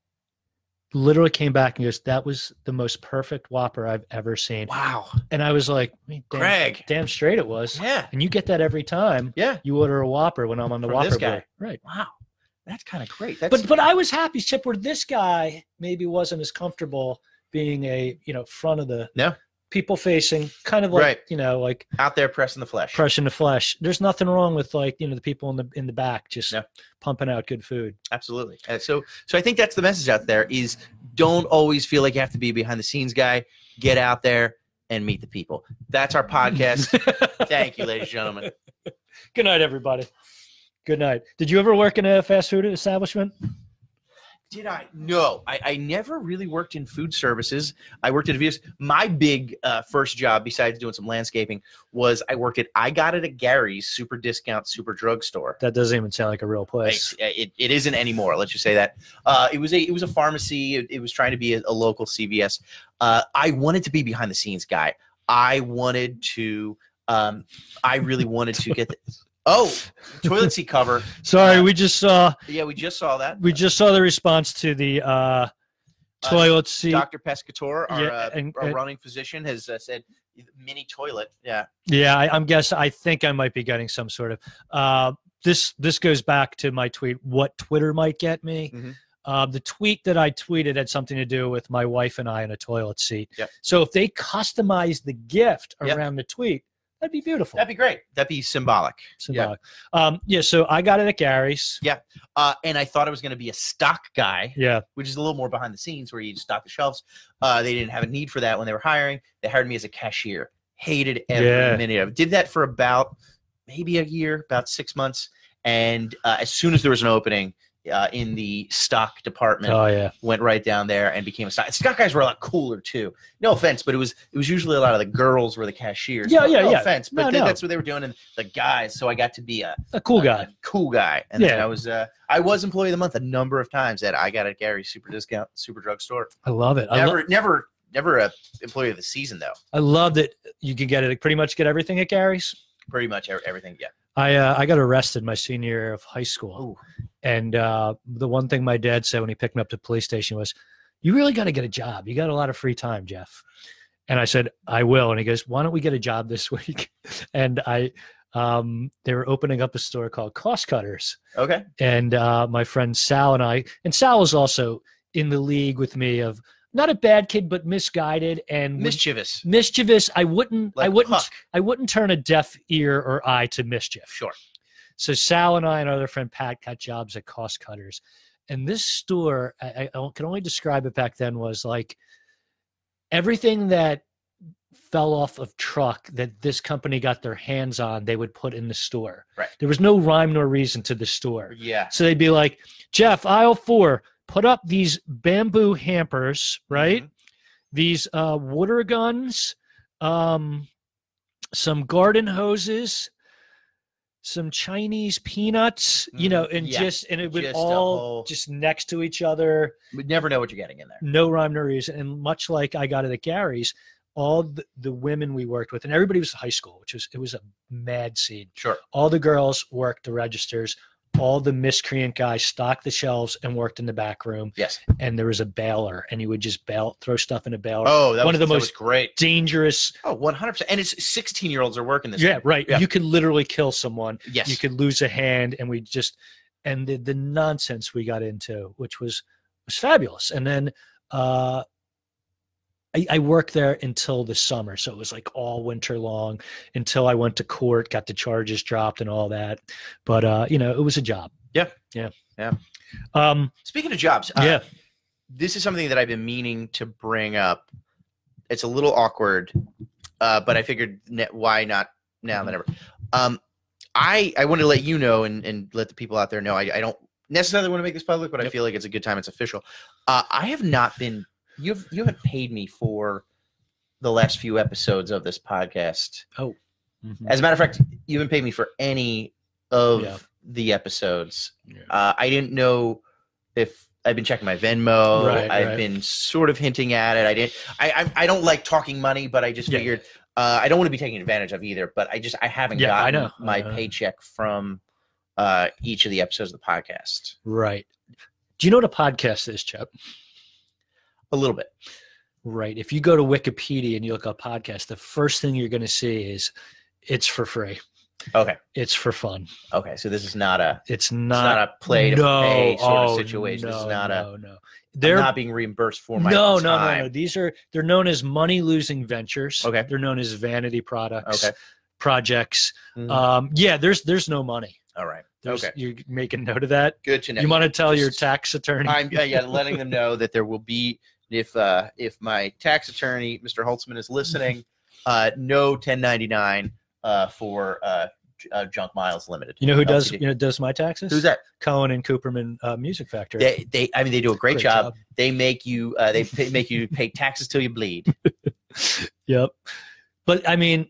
Speaker 1: literally came back and goes, That was the most perfect Whopper I've ever seen.
Speaker 2: Wow.
Speaker 1: And I was like, damn,
Speaker 2: Craig.
Speaker 1: Damn straight it was.
Speaker 2: Yeah.
Speaker 1: And you get that every time
Speaker 2: Yeah.
Speaker 1: you order a Whopper when I'm on the
Speaker 2: From
Speaker 1: Whopper
Speaker 2: this guy.
Speaker 1: board. Right.
Speaker 2: Wow. That's kind of great. That's
Speaker 1: But but I was happy, except where this guy maybe wasn't as comfortable being a, you know, front of the
Speaker 2: No.
Speaker 1: people facing, kind of like
Speaker 2: Right.
Speaker 1: you know, like
Speaker 2: out there pressing the flesh.
Speaker 1: crushing the flesh. There's nothing wrong with like, you know, the people in the in the back just
Speaker 2: No.
Speaker 1: pumping out good food.
Speaker 2: Absolutely. And so so I think that's the message out there is don't always feel like you have to be a behind the scenes guy. Get out there and meet the people. That's our podcast. Thank you, ladies and gentlemen.
Speaker 1: Good night, everybody. Good night. Did you ever work in a fast food establishment?
Speaker 2: Did I? No, I, I never really worked in food services. I worked at a VS. My big uh, first job, besides doing some landscaping, was I worked at I got it at Gary's super discount super drugstore.
Speaker 1: That doesn't even sound like a real place.
Speaker 2: It, uh, it, it isn't anymore. Let's just say that uh, it was a it was a pharmacy. It, it was trying to be a, a local CVS. Uh, I wanted to be behind the scenes guy. I wanted to. Um, I really wanted to get. The, oh, toilet seat cover.
Speaker 1: Sorry, we just saw
Speaker 2: Yeah, we just saw that.
Speaker 1: we just saw the response to the uh, toilet seat.
Speaker 2: Dr. Pescatore, our,
Speaker 1: Yeah,
Speaker 2: uh,
Speaker 1: and-
Speaker 2: our
Speaker 1: and-
Speaker 2: running physician, has uh, said mini toilet. Yeah.
Speaker 1: Yeah, I, I'm guess I think I might be getting some sort of uh, this. This goes back to my tweet. What Twitter might get me.
Speaker 2: Mhm.
Speaker 1: Uh, the tweet that I tweeted had something to do with my wife and I in a toilet seat.
Speaker 2: Yep.
Speaker 1: So if they customize the gift
Speaker 2: Yep.
Speaker 1: around the tweet, that'd be beautiful.
Speaker 2: That'd be great. That'd be symbolic.
Speaker 1: Symbolic. Um, yeah. So I got it at Gary's.
Speaker 2: Uh, and I thought I was going to be a stock guy,
Speaker 1: Yeah.
Speaker 2: which is a little more behind the scenes where you stock the shelves. Uh, they didn't have a need for that when they were hiring. They hired me as a cashier. Hated every
Speaker 1: Yeah.
Speaker 2: minute of it. Did that for about maybe a year, about six months. And uh, as soon as there was an opening uh, in the stock department,
Speaker 1: Oh yeah.
Speaker 2: went right down there and became a stock. Stock guys were a lot cooler too. No offense, but it was it was usually a lot of the girls were the cashiers.
Speaker 1: Yeah,
Speaker 2: no,
Speaker 1: yeah,
Speaker 2: no
Speaker 1: yeah.
Speaker 2: Offense, but
Speaker 1: No,
Speaker 2: th-
Speaker 1: no.
Speaker 2: that's what they were doing. And the guys, so I got to be a
Speaker 1: A cool
Speaker 2: a-
Speaker 1: guy.
Speaker 2: a cool guy. And then
Speaker 1: Yeah.
Speaker 2: I was uh, I was employee of the month a number of times at I got at Gary's Super Discount Super Drug Store.
Speaker 1: I love it. I, lo-
Speaker 2: Never, never, never a employee of the season though.
Speaker 1: I love that you could get it. Pretty much get everything at Gary's.
Speaker 2: Pretty much ev- everything. Yeah.
Speaker 1: I uh, I got arrested my senior year of high school, and uh, the one thing my dad said when he picked me up to the police station was, "You really got to get a job. You got a lot of free time, Jeff." And I said, "I will." And he goes, "Why don't we get a job this week?" and I, um, they were opening up a store called Cost Cutters,
Speaker 2: Okay.
Speaker 1: and uh, my friend Sal and I, and Sal was also in the league with me of not a bad kid, but misguided and would-
Speaker 2: Mischievous.
Speaker 1: mischievous. I wouldn't, I
Speaker 2: Like
Speaker 1: wouldn't,
Speaker 2: Puck.
Speaker 1: I wouldn't turn a deaf ear or eye to mischief.
Speaker 2: Sure.
Speaker 1: So Sal and I and our other friend Pat got jobs at Cost Cutters, and this store I, I can only describe it back then was like everything that fell off of truck that this company got their hands on they would put in the store.
Speaker 2: Right.
Speaker 1: There was no rhyme nor reason to the store.
Speaker 2: Yeah.
Speaker 1: So they'd be like, Jeff, aisle four, put up these bamboo hampers, right?
Speaker 2: Mhm.
Speaker 1: These uh, water guns, um, some garden hoses, some Chinese peanuts, you know,
Speaker 2: Mhm.
Speaker 1: and
Speaker 2: Yeah.
Speaker 1: just, and it would
Speaker 2: Just a
Speaker 1: all
Speaker 2: whole-
Speaker 1: just next to each other,
Speaker 2: Mm-hmm. We'd never know what you're getting in there.
Speaker 1: no rhyme, no reason. And much like I got it at Gary's, all the, the women we worked with, and everybody was high school, which was, it was a mad scene
Speaker 2: Sure.
Speaker 1: all the girls worked the registers all the miscreant guys stocked the shelves and worked in the back room
Speaker 2: Yes.
Speaker 1: and there was a baler and he would just bail throw stuff in a baler
Speaker 2: Oh, that
Speaker 1: One
Speaker 2: was,
Speaker 1: of the
Speaker 2: that
Speaker 1: most-
Speaker 2: was great.
Speaker 1: dangerous
Speaker 2: Oh, 100%. And it's 16 year olds are working this.
Speaker 1: yeah right
Speaker 2: Yeah.
Speaker 1: you could literally kill someone
Speaker 2: Yes.
Speaker 1: you could lose a hand and we just and the, the nonsense we got into which was was fabulous and then uh I, I worked there until the summer so it was like all winter long until i went to court got the charges dropped and all that but uh you know it was a job
Speaker 2: Yeah.
Speaker 1: yeah
Speaker 2: Yeah.
Speaker 1: um
Speaker 2: Speaking of jobs, uh,
Speaker 1: yeah
Speaker 2: this is something that I've been meaning to bring up. It's a little awkward, uh, but I figured ne- why not now than
Speaker 1: Mm-hmm.
Speaker 2: ever. Um, I I want to let you know and, and let the people out there know. I, I don't necessarily want to make this public, but I
Speaker 1: Yep.
Speaker 2: feel like it's a good time. It's official. Uh, I have not been you've you haven't paid me for the last few episodes of this podcast.
Speaker 1: Mhm.
Speaker 2: As a matter of fact, you haven't paid me for any of
Speaker 1: Yeah.
Speaker 2: the episodes.
Speaker 1: Yeah.
Speaker 2: Uh, I didn't know if I've been checking my Venmo.
Speaker 1: Right,
Speaker 2: I've
Speaker 1: right.
Speaker 2: been sort of hinting at it. I didn't. I I, I don't like talking money, but I just
Speaker 1: Yeah.
Speaker 2: figured uh, I don't want to be taken advantage of either. But I just I haven't
Speaker 1: Yeah, I
Speaker 2: gotten
Speaker 1: know.
Speaker 2: my
Speaker 1: I know.
Speaker 2: paycheck from uh, each of the episodes of the podcast.
Speaker 1: Right. Do you know what a podcast is, Chuck?
Speaker 2: A little bit.
Speaker 1: Right. If you go to Wikipedia and you look up podcast, the first thing you're going to see is it's for free.
Speaker 2: Okay.
Speaker 1: It's for fun.
Speaker 2: Okay. So this is not a
Speaker 1: It's
Speaker 2: it's
Speaker 1: not,
Speaker 2: not a play to
Speaker 1: no,
Speaker 2: pay sort
Speaker 1: oh,
Speaker 2: of situation. this
Speaker 1: no,
Speaker 2: is not a
Speaker 1: no, no.
Speaker 2: they're
Speaker 1: They're
Speaker 2: not being reimbursed for my
Speaker 1: no, no, no,
Speaker 2: time.
Speaker 1: no. These are they're known as money losing ventures.
Speaker 2: Okay.
Speaker 1: They're known as vanity products.
Speaker 2: Okay.
Speaker 1: Projects.
Speaker 2: Mhm.
Speaker 1: Um, yeah. There's there's no money.
Speaker 2: All right.
Speaker 1: There's,
Speaker 2: Okay.
Speaker 1: You're making note of that.
Speaker 2: Good to know.
Speaker 1: you want to tell your
Speaker 2: just-
Speaker 1: tax attorney?
Speaker 2: I'm yeah, yeah, letting them know that there will be if uh, if my tax attorney, Mr. Holtzman, is listening, uh, no 1099 uh, for uh, J- uh, Junk Miles Limited.
Speaker 1: you know who does
Speaker 2: LTD.
Speaker 1: you know does my taxes?
Speaker 2: Who's that?
Speaker 1: Cohen and Cooperman uh, Music Factory.
Speaker 2: They, they, I mean, they do a great, job. They make you, uh, they pay, make you pay taxes till you bleed.
Speaker 1: Yep. But I mean,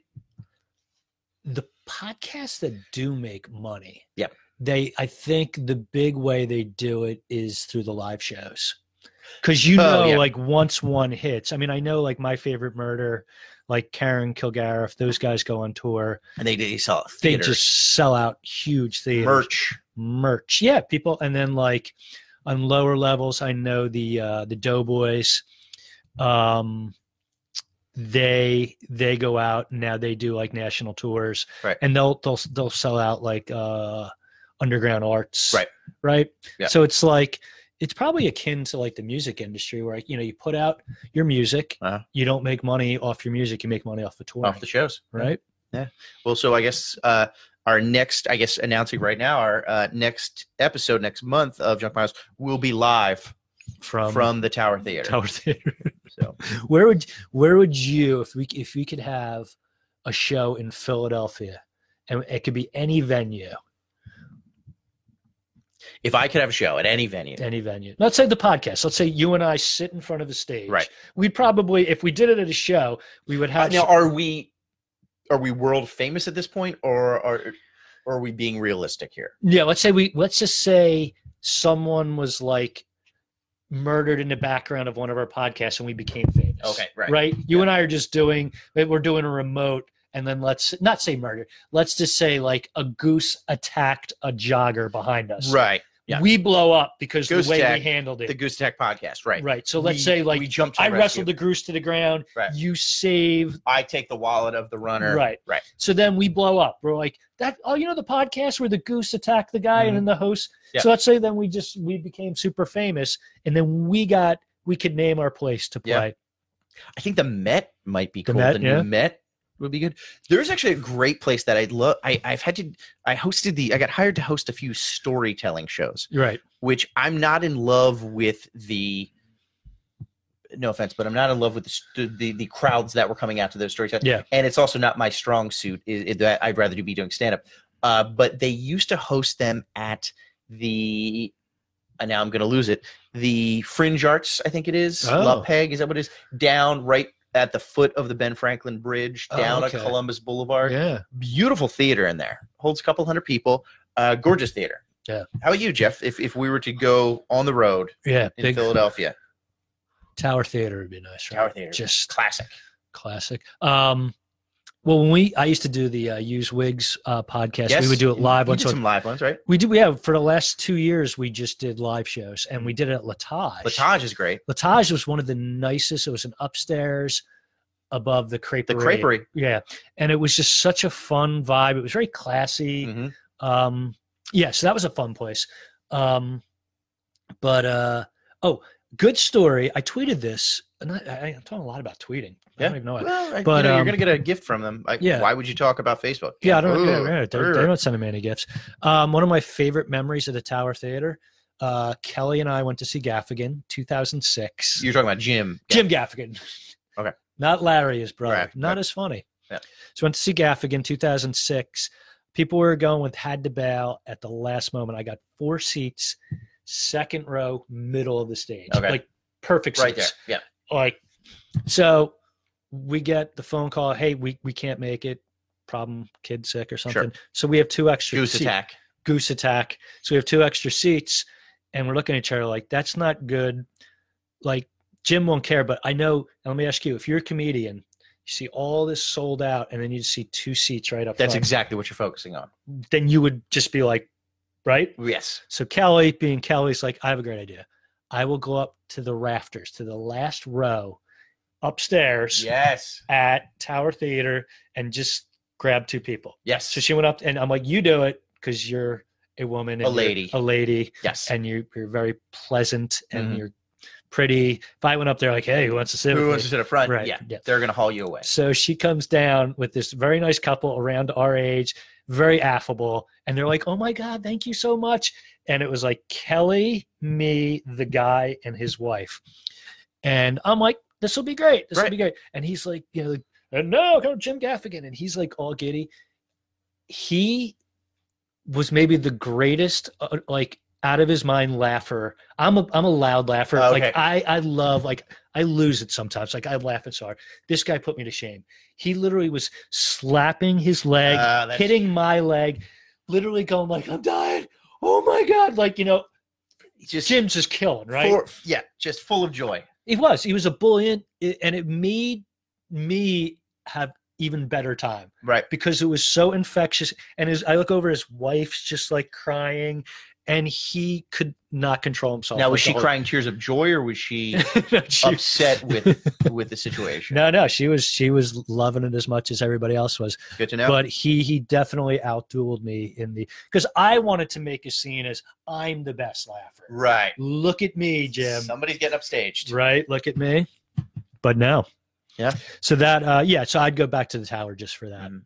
Speaker 1: the podcasts that do make money.
Speaker 2: Yep.
Speaker 1: They, I think the big way they do it is through the live shows. Cause you
Speaker 2: Oh,
Speaker 1: know,
Speaker 2: yeah.
Speaker 1: like once one hits, I mean, I know like my favorite murder, like Karen Kilgariff, those guys go on tour.
Speaker 2: And they, they sell
Speaker 1: They
Speaker 2: theaters,
Speaker 1: just sell out huge theaters.
Speaker 2: merch.
Speaker 1: Merch. Yeah. People. And then like on lower levels, I know the, uh, the Doughboys, um they they go out now they do like national tours
Speaker 2: Right.
Speaker 1: and they'll they'll they'll sell out like uh underground arts
Speaker 2: Right.
Speaker 1: right
Speaker 2: Yeah.
Speaker 1: so it's like it's probably akin to like the music industry where you know you put out your music
Speaker 2: Uh-huh.
Speaker 1: you don't make money off your music you make money off the tour
Speaker 2: Off the shows.
Speaker 1: right
Speaker 2: Well, so I guess uh, our next, I guess, announcing right now, our uh, next episode next month of Junk Miles will be live
Speaker 1: from,
Speaker 2: from the Tower Theater.
Speaker 1: tower theater
Speaker 2: So
Speaker 1: where would where would you if we if we could have a show in philadelphia and it could be any venue
Speaker 2: if I could have a show at any venue,
Speaker 1: any venue. Let's say the podcast. Let's say you and I sit in front of the stage.
Speaker 2: Right.
Speaker 1: We'd probably, if we did it at a show, we would
Speaker 2: Uh,
Speaker 1: have.
Speaker 2: now are we are we world famous at this point, or are or are we being realistic here?
Speaker 1: yeah. Let's say we. Let's just say someone was like murdered in the background of one of our podcasts, and we became famous.
Speaker 2: Okay, right.
Speaker 1: Right. You
Speaker 2: Yeah.
Speaker 1: and I are just doing. eh, We're doing a remote. And then let's not say murder. Let's just say like a goose attacked a jogger behind us.
Speaker 2: Right, yeah.
Speaker 1: We blow up because
Speaker 2: Goose
Speaker 1: the way
Speaker 2: attack,
Speaker 1: we handled it.
Speaker 2: the Goose Tech podcast. Right,
Speaker 1: right. So let's
Speaker 2: We-
Speaker 1: say like
Speaker 2: we jumped. To
Speaker 1: I
Speaker 2: the
Speaker 1: wrestled the
Speaker 2: rescue.
Speaker 1: goose to the ground.
Speaker 2: Right.
Speaker 1: You save
Speaker 2: I take the wallet of the runner.
Speaker 1: Right.
Speaker 2: right.
Speaker 1: So then we blow up. We're like that. Oh, you know the podcast where the goose attacked the guy and then the host.
Speaker 2: Mm-hmm. Yeah.
Speaker 1: So let's say then we just we became super famous, and then we got we could name our place to
Speaker 2: Yeah.
Speaker 1: play.
Speaker 2: I think the Met might be
Speaker 1: The
Speaker 2: cool.
Speaker 1: Met,
Speaker 2: the new
Speaker 1: yeah.
Speaker 2: Met would be good. There's actually a great place that I love. I, I've had to. I hosted the. I got hired to host a few storytelling shows,
Speaker 1: Right.
Speaker 2: which I'm not in love with the. No offense, but I'm not in love with the st- the, the crowds that were coming out to those stories.
Speaker 1: Yeah.
Speaker 2: and it's also not my strong suit. Is, is that I'd rather be doing stand up. Uh, but they used to host them at the. And now I'm going to lose it. The Fringe Arts, I think it is.
Speaker 1: Oh.
Speaker 2: La Peg, is that what it is? Down right at the foot of the Ben Franklin Bridge,
Speaker 1: Oh,
Speaker 2: down
Speaker 1: okay.
Speaker 2: at Columbus Boulevard.
Speaker 1: Yeah.
Speaker 2: Beautiful theater in there. Holds a couple hundred people. Uh, gorgeous theater.
Speaker 1: Yeah.
Speaker 2: How about you, Jeff? If, if we were to go on the road
Speaker 1: Yeah.
Speaker 2: in
Speaker 1: Big
Speaker 2: Philadelphia,
Speaker 1: Tower Theater would be nice. Right?
Speaker 2: Tower Theater.
Speaker 1: Just
Speaker 2: classic.
Speaker 1: classic. Um. Well, when we I used to do the uh, Use Wigs uh, podcast, we would do it live
Speaker 2: You
Speaker 1: once.
Speaker 2: did
Speaker 1: a
Speaker 2: some live ones, right?
Speaker 1: we do. We have for the last two years, we just did live shows, and we did it at Latage.
Speaker 2: Mm-hmm. Latage is great.
Speaker 1: Latage was one of the nicest. It was an upstairs above the creperie.
Speaker 2: The Creperie.
Speaker 1: Yeah. And it was just such a fun vibe. It was very classy.
Speaker 2: Mhm.
Speaker 1: Um, yeah, so that was a fun place. Um, but uh, oh, good story. I tweeted this. And I, I, I'm talking a lot about tweeting. I don't
Speaker 2: Yeah.
Speaker 1: even know. it.
Speaker 2: Well, I- you
Speaker 1: But,
Speaker 2: know,
Speaker 1: um,
Speaker 2: you're gonna get a gift from them. Like,
Speaker 1: yeah.
Speaker 2: Why would you talk about Facebook?
Speaker 1: Yeah, I don't
Speaker 2: Ugh,
Speaker 1: know. Yeah, yeah, they're, they're
Speaker 2: ugh.
Speaker 1: not sending me any gifts. Um, one of my favorite memories of the Tower Theater. Uh, Kelly and I went to see Gaffigan, 2006.
Speaker 2: You're talking about Jim.
Speaker 1: Jim Gaffigan.
Speaker 2: Okay.
Speaker 1: Not Larry, his brother.
Speaker 2: Right,
Speaker 1: Not
Speaker 2: right.
Speaker 1: as funny.
Speaker 2: Yeah.
Speaker 1: So went to see Gaffigan 2006. People were going with had to bail at the last moment. I got four seats, second row, middle of the stage.
Speaker 2: Okay.
Speaker 1: Like perfect
Speaker 2: Right there.
Speaker 1: seats.
Speaker 2: Yeah.
Speaker 1: Like so we get the phone call, hey, we, we can't make it. Problem, kid sick or something. So we have two extra
Speaker 2: Goose
Speaker 1: seats
Speaker 2: attack.
Speaker 1: goose attack. So we have two extra seats, and we're looking at each other like that's not good. Like Jim won't care, but I know. and let me ask you: if you're a comedian, you see all this sold out, and then you just see two seats right up.
Speaker 2: That's
Speaker 1: front,
Speaker 2: exactly what you're focusing on.
Speaker 1: Then you would just be like, right?
Speaker 2: Yes.
Speaker 1: So Kelly, being Kelly's, like, I have a great idea. I will go up to the rafters, to the last row, upstairs
Speaker 2: Yes.
Speaker 1: at Tower Theater, and just grab two people.
Speaker 2: Yes.
Speaker 1: So she went up, and I'm like, you do it because you're a woman, and
Speaker 2: A
Speaker 1: you're
Speaker 2: lady.
Speaker 1: a lady,
Speaker 2: yes.
Speaker 1: and you, you're very pleasant and
Speaker 2: Mhm.
Speaker 1: you're pretty. If I went up there like, hey, who wants to sit?
Speaker 2: Who
Speaker 1: with
Speaker 2: wants to
Speaker 1: me?"
Speaker 2: sit up front?
Speaker 1: Right.
Speaker 2: Yeah.
Speaker 1: yeah.
Speaker 2: They're gonna haul you away.
Speaker 1: So she comes down with this very nice couple around our age, very affable, and they're like, "Oh my god, thank you so much!" And it was like Kelly, me, the guy, and his wife, and I'm like, "This will be great. This will
Speaker 2: Right.
Speaker 1: be great." And he's like, "You know, like, and no, come Jim Gaffigan," and he's like all giddy. He was maybe the greatest, uh, like out of his mind laugher. I'm a I'm a loud laugher.
Speaker 2: Oh, okay.
Speaker 1: Like I I love like I lose it sometimes. Like I laugh at so hard. This guy put me to shame. He literally was slapping his leg,
Speaker 2: Ah, that's-
Speaker 1: hitting my leg, literally going like, "I'm dying! Oh my god!" Like you know,
Speaker 2: just
Speaker 1: Jim's just killing, right?
Speaker 2: full- yeah, just full of joy.
Speaker 1: he was. He was a bullion, i- and it made me have even better time
Speaker 2: Right.
Speaker 1: because it was so infectious. And his, I look over, his wife's just like crying, and he could not control himself.
Speaker 2: Now
Speaker 1: like,
Speaker 2: was
Speaker 1: the
Speaker 2: she
Speaker 1: whole-
Speaker 2: crying tears of joy or was she
Speaker 1: No, she-
Speaker 2: upset with with the situation?
Speaker 1: No, no, she was she was loving it as much as everybody else was.
Speaker 2: Good to know.
Speaker 1: But he he definitely outdueled me in the because I wanted to make a scene as I'm the best laugher.
Speaker 2: right.
Speaker 1: Look at me, Jim.
Speaker 2: Somebody's getting upstaged.
Speaker 1: Right? Look at me. But no.
Speaker 2: Yeah.
Speaker 1: So that uh yeah, so I'd go back to the tower just for that.
Speaker 2: Mhm.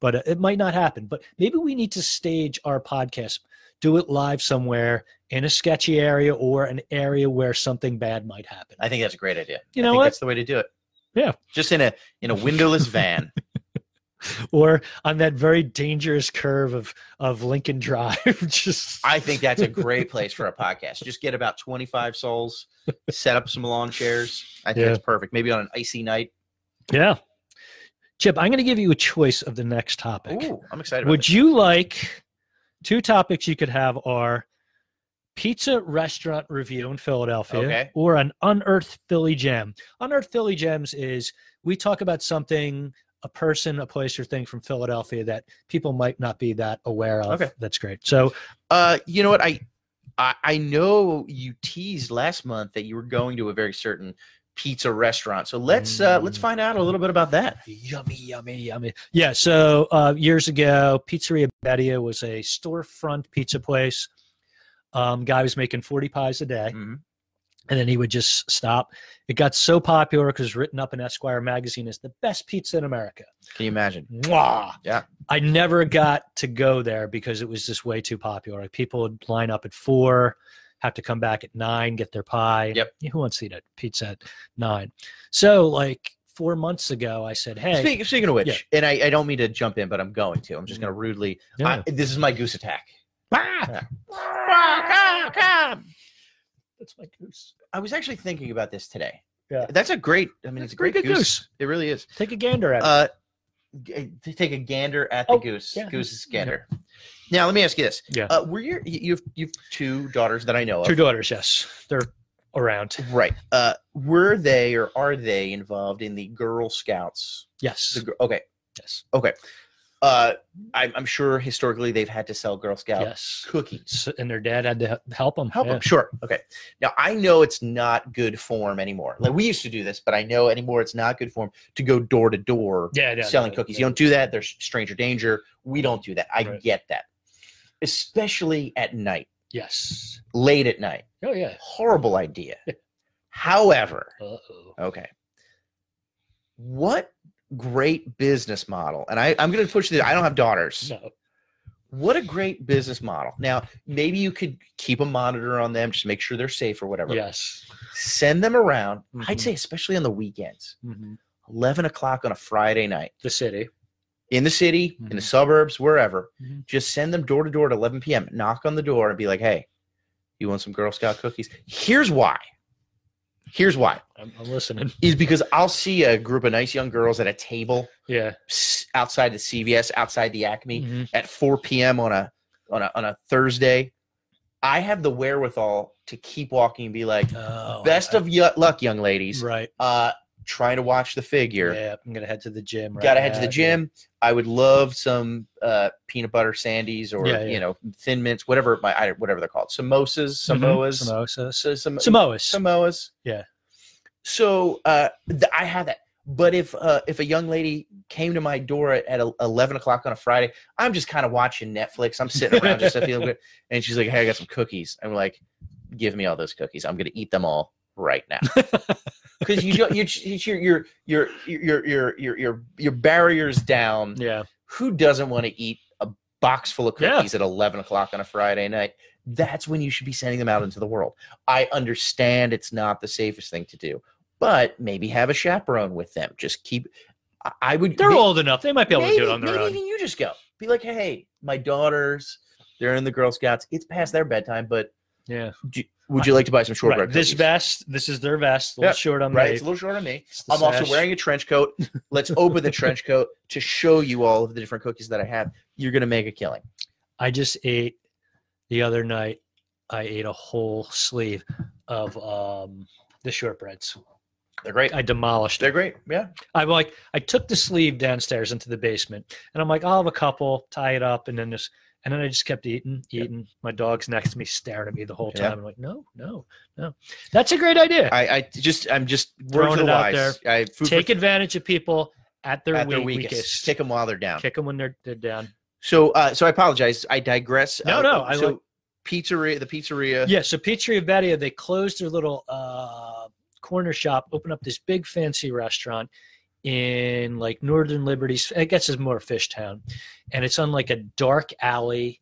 Speaker 1: But uh, it might not happen. But maybe we need to stage our podcast, do it live somewhere in a sketchy area or an area where something bad might happen.
Speaker 2: I think that's a great idea.
Speaker 1: You
Speaker 2: I
Speaker 1: know
Speaker 2: think
Speaker 1: what?
Speaker 2: that's the way to do it.
Speaker 1: Yeah.
Speaker 2: Just in a in a windowless van.
Speaker 1: Or on that very dangerous curve of of Lincoln Drive just
Speaker 2: I think that's a great place for a podcast. Just get about 25 souls, set up some lawn chairs. I think
Speaker 1: Yeah.
Speaker 2: that's perfect. Maybe on an icy night.
Speaker 1: Yeah. Chip, I'm going to give you a choice of the next topic.
Speaker 2: Ooh, I'm excited.
Speaker 1: Would you like two topics you could have are pizza restaurant review in Philadelphia
Speaker 2: Okay.
Speaker 1: or an unearthed Philly gem. Unearthed Philly gems is we talk about something a person, a place or thing from Philadelphia that people might not be that aware of.
Speaker 2: Okay.
Speaker 1: That's great. So,
Speaker 2: Uh, you know what? I, I I know you teased last month that you were going to a very certain pizza restaurant. So let's uh, let's
Speaker 1: Mm.
Speaker 2: find out a little bit about that.
Speaker 1: Yummy, yummy, yummy. Yeah. So uh, years ago, Pizzeria Bettia was a storefront pizza place. Um, guy was making 40 pies a day,
Speaker 2: Mhm.
Speaker 1: and then he would just stop. It got so popular because written up in Esquire magazine as the best pizza in America.
Speaker 2: Can you imagine?
Speaker 1: Mwah!
Speaker 2: Yeah.
Speaker 1: I never got to go there because it was just way too popular. Like people would line up at four, have to come back at nine, get their pie.
Speaker 2: Yep.
Speaker 1: Who wants to eat a pizza at nine? So like four months ago, I said, "Hey,
Speaker 2: Speaking, speaking of which, and I, I don't mean to jump in, but I'm going to. I'm just
Speaker 1: Mm.
Speaker 2: going to rudely.
Speaker 1: no,
Speaker 2: I- this is my goose attack.
Speaker 1: Ah! That's my goose.
Speaker 2: I was actually thinking about this today.
Speaker 1: Yeah.
Speaker 2: That's a great. I mean, it's a
Speaker 1: Pretty
Speaker 2: great
Speaker 1: good
Speaker 2: goose. It really is.
Speaker 1: Take a gander at it.
Speaker 2: Uh, g- to take a gander at the
Speaker 1: Oh,
Speaker 2: goose.
Speaker 1: yeah.
Speaker 2: Goose is gander. Now, let me ask you this.
Speaker 1: Yeah.
Speaker 2: Uh, were your you- you've you've two daughters that I know of.
Speaker 1: Two daughters, yes. They're around.
Speaker 2: Right. Uh, were they or are they involved in the Girl Scouts?
Speaker 1: Yes.
Speaker 2: The, gr- okay.
Speaker 1: Yes.
Speaker 2: Uh, I'm, I'm sure historically they've had to sell Girl Scout
Speaker 1: Yes.
Speaker 2: cookies.
Speaker 1: S- And their dad had to he- help them.
Speaker 2: Help them, sure. Okay. Now I know it's not good form anymore. Like we used to do this, but I know anymore it's not good form to go door to door
Speaker 1: Yeah, yeah,
Speaker 2: selling
Speaker 1: yeah,
Speaker 2: cookies.
Speaker 1: yeah.
Speaker 2: You don't do that. There's stranger danger. We don't do that. I
Speaker 1: Right.
Speaker 2: get that. Especially at night,
Speaker 1: Yes.
Speaker 2: late at night.
Speaker 1: Oh, yeah.
Speaker 2: Horrible idea. However,
Speaker 1: Uh-oh.
Speaker 2: okay. What great business model. And I, I'm gonna push this. I don't have daughters.
Speaker 1: No.
Speaker 2: What a great business model. Now, maybe you could keep a monitor on them, just make sure they're safe or whatever.
Speaker 1: Yes.
Speaker 2: Send them around. I'd
Speaker 1: Mhm.
Speaker 2: say especially on the weekends.
Speaker 1: Mhm.
Speaker 2: Eleven o'clock on a Friday night.
Speaker 1: The city.
Speaker 2: in the city, in the
Speaker 1: Mhm.
Speaker 2: suburbs, wherever,
Speaker 1: Mhm.
Speaker 2: just send them door to door at 11 p.m. Knock on the door and be like, "Hey, you want some Girl Scout cookies?" Here's why. Here's why
Speaker 1: I'm, I'm listening.
Speaker 2: is because I'll see a group of nice young girls at a table
Speaker 1: Yeah.
Speaker 2: s- outside the
Speaker 1: Mm.
Speaker 2: CVS, outside the Acme
Speaker 1: Mhm.
Speaker 2: at 4 p.m. on a on a on a Thursday. I have the wherewithal to keep walking and be like,
Speaker 1: Oh,
Speaker 2: best
Speaker 1: I-
Speaker 2: of y- luck, young ladies.
Speaker 1: right.
Speaker 2: Uh, trying to watch the figure.
Speaker 1: Yeah, I'm gonna head to the gym. Right
Speaker 2: Got to head to
Speaker 1: now,
Speaker 2: the gym. I would love some uh, peanut butter sandies or
Speaker 1: Yeah, yeah.
Speaker 2: you know thin mints, whatever my I- whatever they're called, samosas,
Speaker 1: Mm-hmm.
Speaker 2: samoas,
Speaker 1: Samosas.
Speaker 2: so some,
Speaker 1: Samoas.
Speaker 2: Samoas.
Speaker 1: Yeah.
Speaker 2: So uh, th- I have that. But if uh, if a young lady came to my door at, at el- eleven o'clock on a Friday, I'm just kind of watching Netflix. I'm sitting around just feeling good, and she's like, "Hey, I got some cookies." I'm like, "Give me all those cookies. I'm gonna eat them all right now." Because you don't, you your your your your your your your your barriers down.
Speaker 1: yeah.
Speaker 2: Who doesn't want to eat a box full of
Speaker 1: Yeah.
Speaker 2: cookies at 11 o'clock on a Friday night? That's when you should be sending them out into the world. I understand it's not the safest thing to do, but maybe have a chaperone with them. Just keep. I- I would.
Speaker 1: They're
Speaker 2: may-
Speaker 1: old enough. They might be able
Speaker 2: maybe,
Speaker 1: to do it on their
Speaker 2: maybe
Speaker 1: own.
Speaker 2: even you just go. Be like, hey, my daughters, they're in the Girl Scouts. It's past their bedtime, but
Speaker 1: yeah.
Speaker 2: would you like to buy some shortbread?
Speaker 1: Right. This
Speaker 2: cookies?
Speaker 1: vest, this is their vest. A little
Speaker 2: Yeah,
Speaker 1: short on
Speaker 2: Right,
Speaker 1: me.
Speaker 2: it's a little short on me.
Speaker 1: It's the
Speaker 2: I'm also
Speaker 1: sash.
Speaker 2: wearing a trench coat. Let's open the trench coat to show you all of the different cookies that I have. You're gonna make a killing.
Speaker 1: I just ate the other night. I ate a whole sleeve of um the shortbreads.
Speaker 2: They're great.
Speaker 1: I demolished
Speaker 2: They're
Speaker 1: it.
Speaker 2: great. Yeah.
Speaker 1: I'm like, I took the sleeve downstairs into the basement, and I'm like, I'll have a couple, tie it up, and then just, and then I just kept eating,
Speaker 2: Yep.
Speaker 1: eating. My dog's next to me, staring at me the whole
Speaker 2: Yeah.
Speaker 1: time. I'm like, no, no, no. That's a great idea.
Speaker 2: I, I just I'm just
Speaker 1: Throwing
Speaker 2: working the
Speaker 1: it out
Speaker 2: wise. I food
Speaker 1: Take
Speaker 2: for,
Speaker 1: advantage of people at their,
Speaker 2: at their
Speaker 1: weak-
Speaker 2: weakest.
Speaker 1: weakest.
Speaker 2: Take them while they're down.
Speaker 1: Kick them when they're, they're down.
Speaker 2: So uh, so I apologize. I digress.
Speaker 1: No,
Speaker 2: Uh,
Speaker 1: no, I
Speaker 2: so
Speaker 1: like-
Speaker 2: pizzeria the pizzeria.
Speaker 1: Yeah, so Petri and Batio, they closed their little uh, corner shop, opened up this big fancy restaurant in like Northern Liberties. I guess it's more Fish Town, and it's on like a dark alley.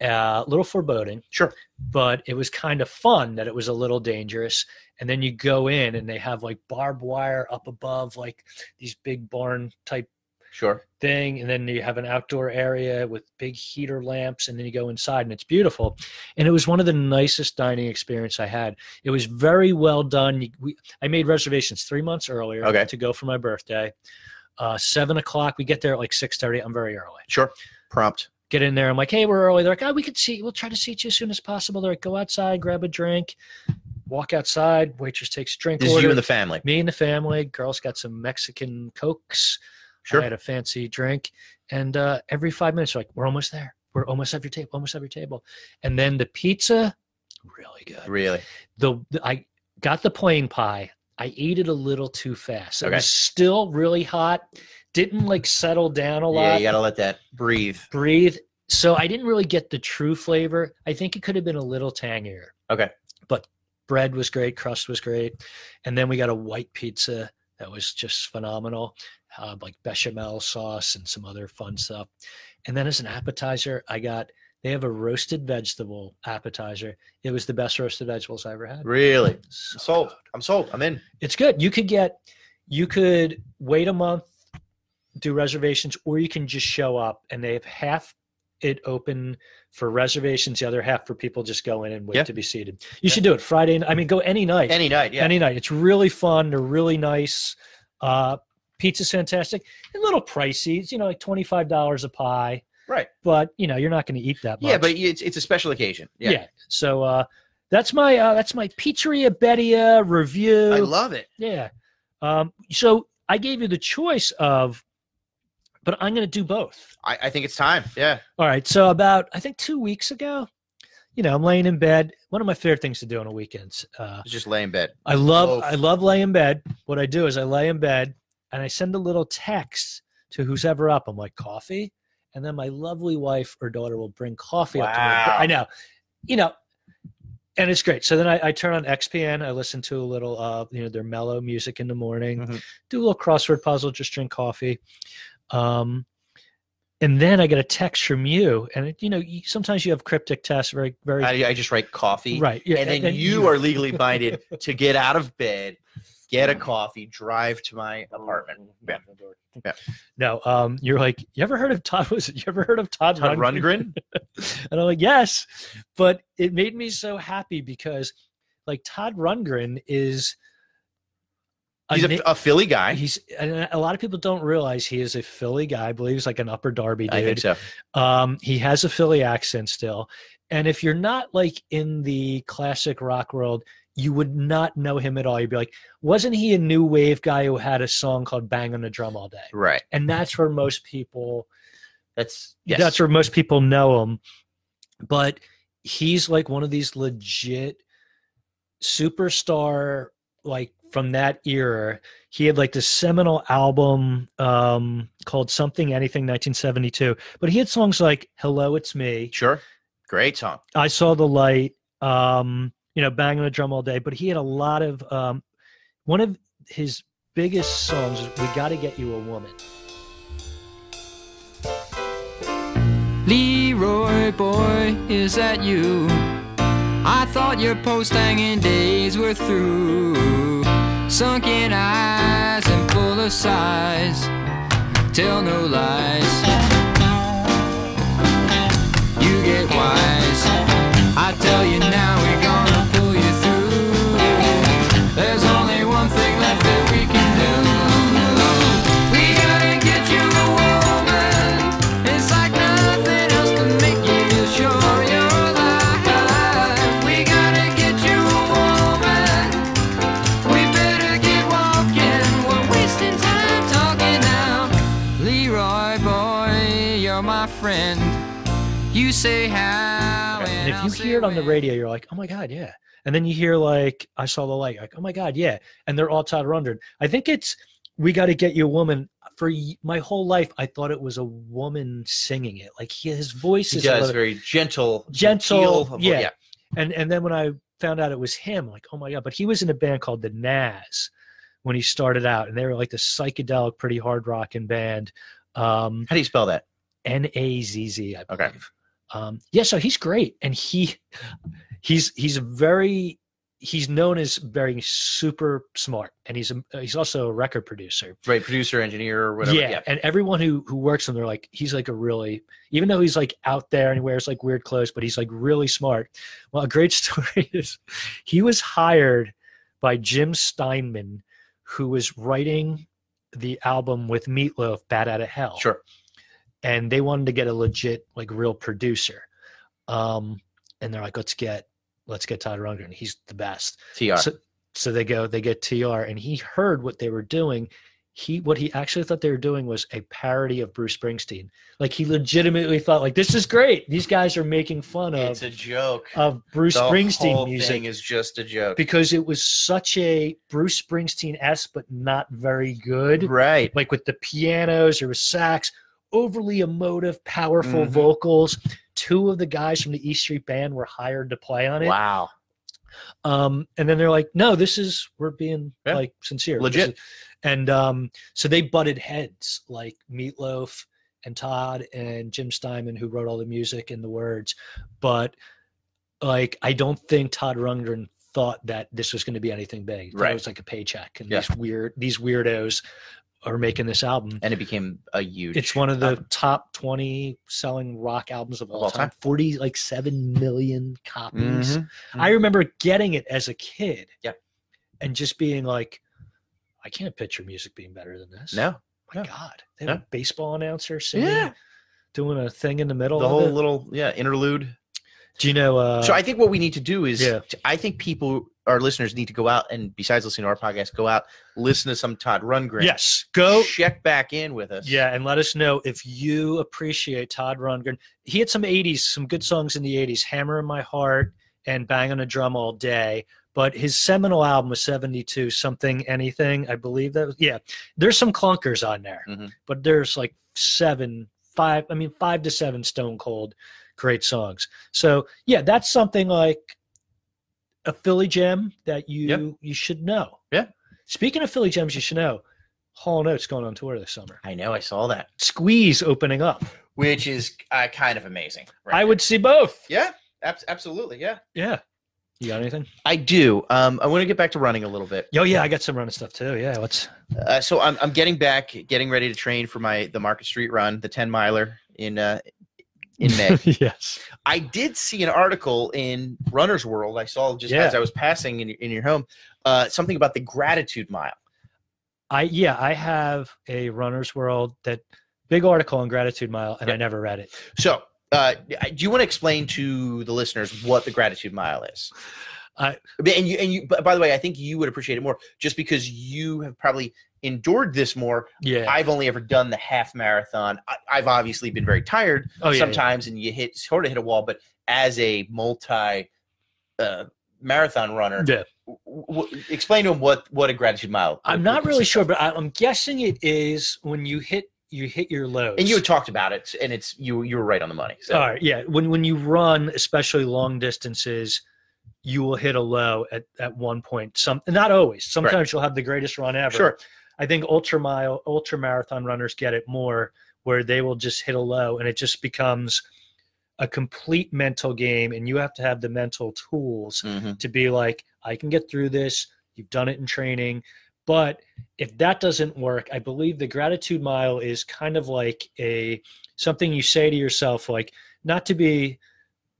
Speaker 1: Uh, little foreboding,
Speaker 2: Sure.
Speaker 1: but it was kind of fun that it was a little dangerous. And then you go in, and they have like barbed wire up above, like these big barn type
Speaker 2: Sure.
Speaker 1: thing and then you have an outdoor area with big heater lamps and then you go inside and it's beautiful and it was one of the nicest dining experience i had it was very well done You- we, i made reservations three months earlier
Speaker 2: Okay.
Speaker 1: to go for my birthday uh, seven o'clock we get there at like 6.30 i'm very early
Speaker 2: Sure. Prompt.
Speaker 1: get in there i'm like hey we're early they're like oh we could see we'll try to seat you as soon as possible they're like go outside grab a drink walk outside waitress takes a drink
Speaker 2: This is
Speaker 1: order.
Speaker 2: you and the family.
Speaker 1: me and the family girls got some mexican cokes I
Speaker 2: Sure.
Speaker 1: had a fancy drink, and uh, every five minutes, like we're almost there, we're almost at your table, almost at your table, and then the pizza, really good.
Speaker 2: Really.
Speaker 1: The, the- I got the plain pie. I ate it a little too fast. It
Speaker 2: Okay.
Speaker 1: was still really hot. Didn't like settle down a lot.
Speaker 2: Yeah, you gotta let that breathe.
Speaker 1: breathe. So I didn't really get the true flavor. I think it could have been a little tangier.
Speaker 2: Okay.
Speaker 1: But bread was great, crust was great, and then we got a white pizza that was just phenomenal, uh, like bechamel sauce and some other fun stuff. And then as an appetizer, I got they have a roasted vegetable appetizer. It was the best roasted vegetables I ever had.
Speaker 2: Really.
Speaker 1: So
Speaker 2: I'm sold.
Speaker 1: good.
Speaker 2: I'm sold. I'm in.
Speaker 1: It's good. You could get, you could wait a month, do reservations, or you can just show up and they have half it open for reservations, the other half for people just go in and wait
Speaker 2: Yeah.
Speaker 1: to be seated. You should do it Friday. n- I mean, go any night, any,
Speaker 2: Any night. Yeah.
Speaker 1: night. It's really fun. They're really nice. Uh, pizza's fantastic. A little pricey. It's, you know, like twenty five dollars a pie,
Speaker 2: right.
Speaker 1: but you know, you're not going to eat that much.
Speaker 2: Yeah, but it's it's a special occasion.
Speaker 1: yeah.
Speaker 2: Yeah.
Speaker 1: So uh, that's my uh, that's my Pizzeria Bettia review.
Speaker 2: I love it.
Speaker 1: Yeah. Um, so I gave you the choice of, but I'm going to do both.
Speaker 2: I, I think it's time. Yeah.
Speaker 1: All right. So about I think two weeks ago, you know, I'm laying in bed. One of my favorite things to do on a weekends. Uh,
Speaker 2: Just lay in bed.
Speaker 1: I love
Speaker 2: Loaf.
Speaker 1: I love laying in bed. What I do is I lay in bed and I send a little text to who's ever up. I'm like coffee, and then my lovely wife or daughter will bring coffee up to
Speaker 2: Wow.
Speaker 1: me. I know, you know, and it's great. So then I, I turn on XPN. I listen to a little, uh, you know, their mellow music in the morning.
Speaker 2: Mhm.
Speaker 1: Do a little crossword puzzle. Just drink coffee. Um, and then I get a text from you, and it, you know, you, sometimes you have cryptic texts, very, very,
Speaker 2: I, I just write coffee.
Speaker 1: right. Yeah,
Speaker 2: and then you are legally binded to get out of bed, get
Speaker 1: Mm.
Speaker 2: a coffee, drive to my apartment. Yeah. Yeah.
Speaker 1: No, um, you're like, you ever heard of Todd? Was it, you ever heard of Todd,
Speaker 2: Todd
Speaker 1: Rundgren?"
Speaker 2: Rundgren?
Speaker 1: and I'm like, yes, but it made me so happy because, like, Todd Rundgren is. a
Speaker 2: He's
Speaker 1: na-
Speaker 2: a, a Philly guy.
Speaker 1: He's and a lot of people don't realize he is a Philly guy. I believe he's like an upper Derby dude.
Speaker 2: I think so.
Speaker 1: Um, he has a Philly accent still, And if you're not like in the classic rock world, you would not know him at all. You'd be like, wasn't he a new wave guy who had a song called Bang on the Drum All Day?
Speaker 2: Right.
Speaker 1: And that's where most people
Speaker 2: That's yes.
Speaker 1: that's where most people know him. But he's like one of these legit superstar, like from that era. He had like this seminal album um, called Something Anything 1972. But he had songs like Hello, It's Me,
Speaker 2: sure. Great song.
Speaker 1: I Saw the Light, um, you know, Bang on the Drum All Day. But he had a lot of, um, one of his biggest songs is We Gotta Get You a Woman.
Speaker 3: Leroy boy, is that you? I thought your post hanging days were through. Sunken eyes and full of sighs, tell no lies. You get wise. I tell you now, we're gonna pull you through. There's only one thing left that we can do. We gotta get you a woman. It's like nothing else to make you sure you're alive. We gotta get you a woman. We better get walking. We're wasting time talking now. Leroy boy, you're my friend. You say how.
Speaker 1: And if
Speaker 3: I'll
Speaker 1: you
Speaker 3: say
Speaker 1: hear it on the
Speaker 3: when.
Speaker 1: radio, you're like, oh my God, yeah. And then you hear like, I saw the light, like, oh my God, yeah. And they're all Todd Rundgren. I think it's, we got to get you a woman. For y- my whole life, I thought it was a woman singing it. Like he, his voice
Speaker 2: He
Speaker 1: is
Speaker 2: does
Speaker 1: a little-
Speaker 2: very gentle,
Speaker 1: Gentle,
Speaker 2: genteel-
Speaker 1: yeah. and and then when I found out it was him, like oh my god! But he was in a band called the Nas when he started out, and they were like the psychedelic, pretty hard rocking band. Um,
Speaker 2: How do you spell that?
Speaker 1: N A Z Z, I
Speaker 2: Okay.
Speaker 1: believe. Um, yeah, so he's great, and he he's he's a very he's known as very super smart, and he's a, he's also a record producer.
Speaker 2: Right, producer, engineer, or whatever.
Speaker 1: Yeah, and everyone who who works with him, they're like he's like a really even though he's like out there and he wears like weird clothes, but he's like really smart. Well, a great story is he was hired by Jim Steinman, who was writing the album with Meatloaf, "Bad Out of Hell."
Speaker 2: Sure.
Speaker 1: and they wanted to get a legit like real producer um and they're like let's get let's get todd rundgren he's the best
Speaker 2: TR.
Speaker 1: So- so they go they get tr and he heard what they were doing he what he actually thought they were doing was a parody of bruce springsteen like he legitimately thought like this is great these guys are making fun of
Speaker 2: it's a joke.
Speaker 1: of bruce
Speaker 2: the
Speaker 1: springsteen
Speaker 2: whole
Speaker 1: music
Speaker 2: thing is just a joke.
Speaker 1: because it was such a bruce springsteen s but not very good
Speaker 2: right.
Speaker 1: like with the pianos there was sax overly emotive powerful
Speaker 2: Mhm.
Speaker 1: vocals two of the guys from the east street band were hired to play on it
Speaker 2: Wow.
Speaker 1: um and then they're like no this is we're being
Speaker 2: Yeah.
Speaker 1: like sincere This
Speaker 2: Legit.
Speaker 1: is- and um so they butted heads like meatloaf and todd and jim steinman who wrote all the music and the words but like i don't think todd rundgren thought that this was going to be anything big He thought
Speaker 2: Right.
Speaker 1: it was like a paycheck and
Speaker 2: Yeah.
Speaker 1: these weird these weirdos are making this album
Speaker 2: And it became a huge.
Speaker 1: it's one of the
Speaker 2: album.
Speaker 1: top 20 selling rock albums of all,
Speaker 2: all
Speaker 1: time.
Speaker 2: time.
Speaker 1: 40 like 7 million copies.
Speaker 2: Mhm.
Speaker 1: I remember getting it as a kid.
Speaker 2: Yeah.
Speaker 1: And just being like I can't picture music being better than this.
Speaker 2: No.
Speaker 1: My
Speaker 2: no.
Speaker 1: god. They have
Speaker 2: No.
Speaker 1: a baseball announcer singing
Speaker 2: Yeah.
Speaker 1: doing a thing in the middle
Speaker 2: The
Speaker 1: of
Speaker 2: whole
Speaker 1: it.
Speaker 2: little yeah interlude.
Speaker 1: Do you know uh
Speaker 2: so I think what we need to do is
Speaker 1: yeah.
Speaker 2: t- I think people, our listeners, need to go out and besides listening to our podcast, go out listen to some Todd Rundgren.
Speaker 1: Yes, go
Speaker 2: check back in with us.
Speaker 1: Yeah, and let us know if you appreciate Todd Rundgren. He had some 80s, some good songs in the 80s, Hammer in My Heart and Bang on a Drum All Day. But his seminal album was 72, Something Anything, I believe that was. Yeah, there's some clunkers on there,
Speaker 2: Mhm.
Speaker 1: but there's like seven, five, I mean, five to seven Stone Cold great songs. So, yeah, that's something like a Philly gem that you you should know.
Speaker 2: Yeah.
Speaker 1: Speaking of Philly gems, you should know Hall & Oates going on tour this summer.
Speaker 2: I know. I saw that,
Speaker 1: Squeeze opening up.
Speaker 2: which is uh, kind of amazing.
Speaker 1: I would see both.
Speaker 2: Yeah. Abs- absolutely. Yeah.
Speaker 1: Yeah. You got anything?
Speaker 2: I do. Um, I want to get back to running a little bit.
Speaker 1: Yo, Oh, yeah, I got some running stuff too. Yeah, let's.
Speaker 2: Uh, so I'm, I'm getting back, getting ready to train for my the Market Street Run, the 10 miler in uh, in May.
Speaker 1: yes.
Speaker 2: I did see an article in Runner's World. I saw just
Speaker 1: Yeah.
Speaker 2: as I was passing in, in your home uh, something about the gratitude mile.
Speaker 1: I yeah, I have a runner's world that big article on gratitude mile, and I
Speaker 2: Yeah.
Speaker 1: never read it.
Speaker 2: So Uh, do you want to explain to the listeners what the gratitude mile is?
Speaker 1: I-
Speaker 2: But- and you and you. But by the way, I think you would appreciate it more just because you have probably endured this more.
Speaker 1: Yeah.
Speaker 2: I've only ever done the half marathon. I, I've obviously been very tired
Speaker 1: oh, yeah, yeah.
Speaker 2: sometimes, and you hit sort of hit a wall. But as a multi uh, marathon runner,
Speaker 1: Yeah.
Speaker 2: w- w- explain to them what what a gratitude mile.
Speaker 1: I'm not really sure, but I, I'm guessing it is when you hit you hit your lows.
Speaker 2: And you had talked about it, and it's you you were right on the money. So
Speaker 1: all right, yeah. When when you run, especially long distances, you will hit a low at at one point. Some not always. Sometimes you'll have the greatest run ever.
Speaker 2: sure.
Speaker 1: I think ultra mile, ultra marathon runners get it more, where they will just hit a low, and it just becomes a complete mental game, and you have to have the mental tools
Speaker 2: Mhm.
Speaker 1: to be like, I can get through this. You've done it in training. But if that doesn't work, I believe the gratitude mile is kind of like a something you say to yourself, like not to be,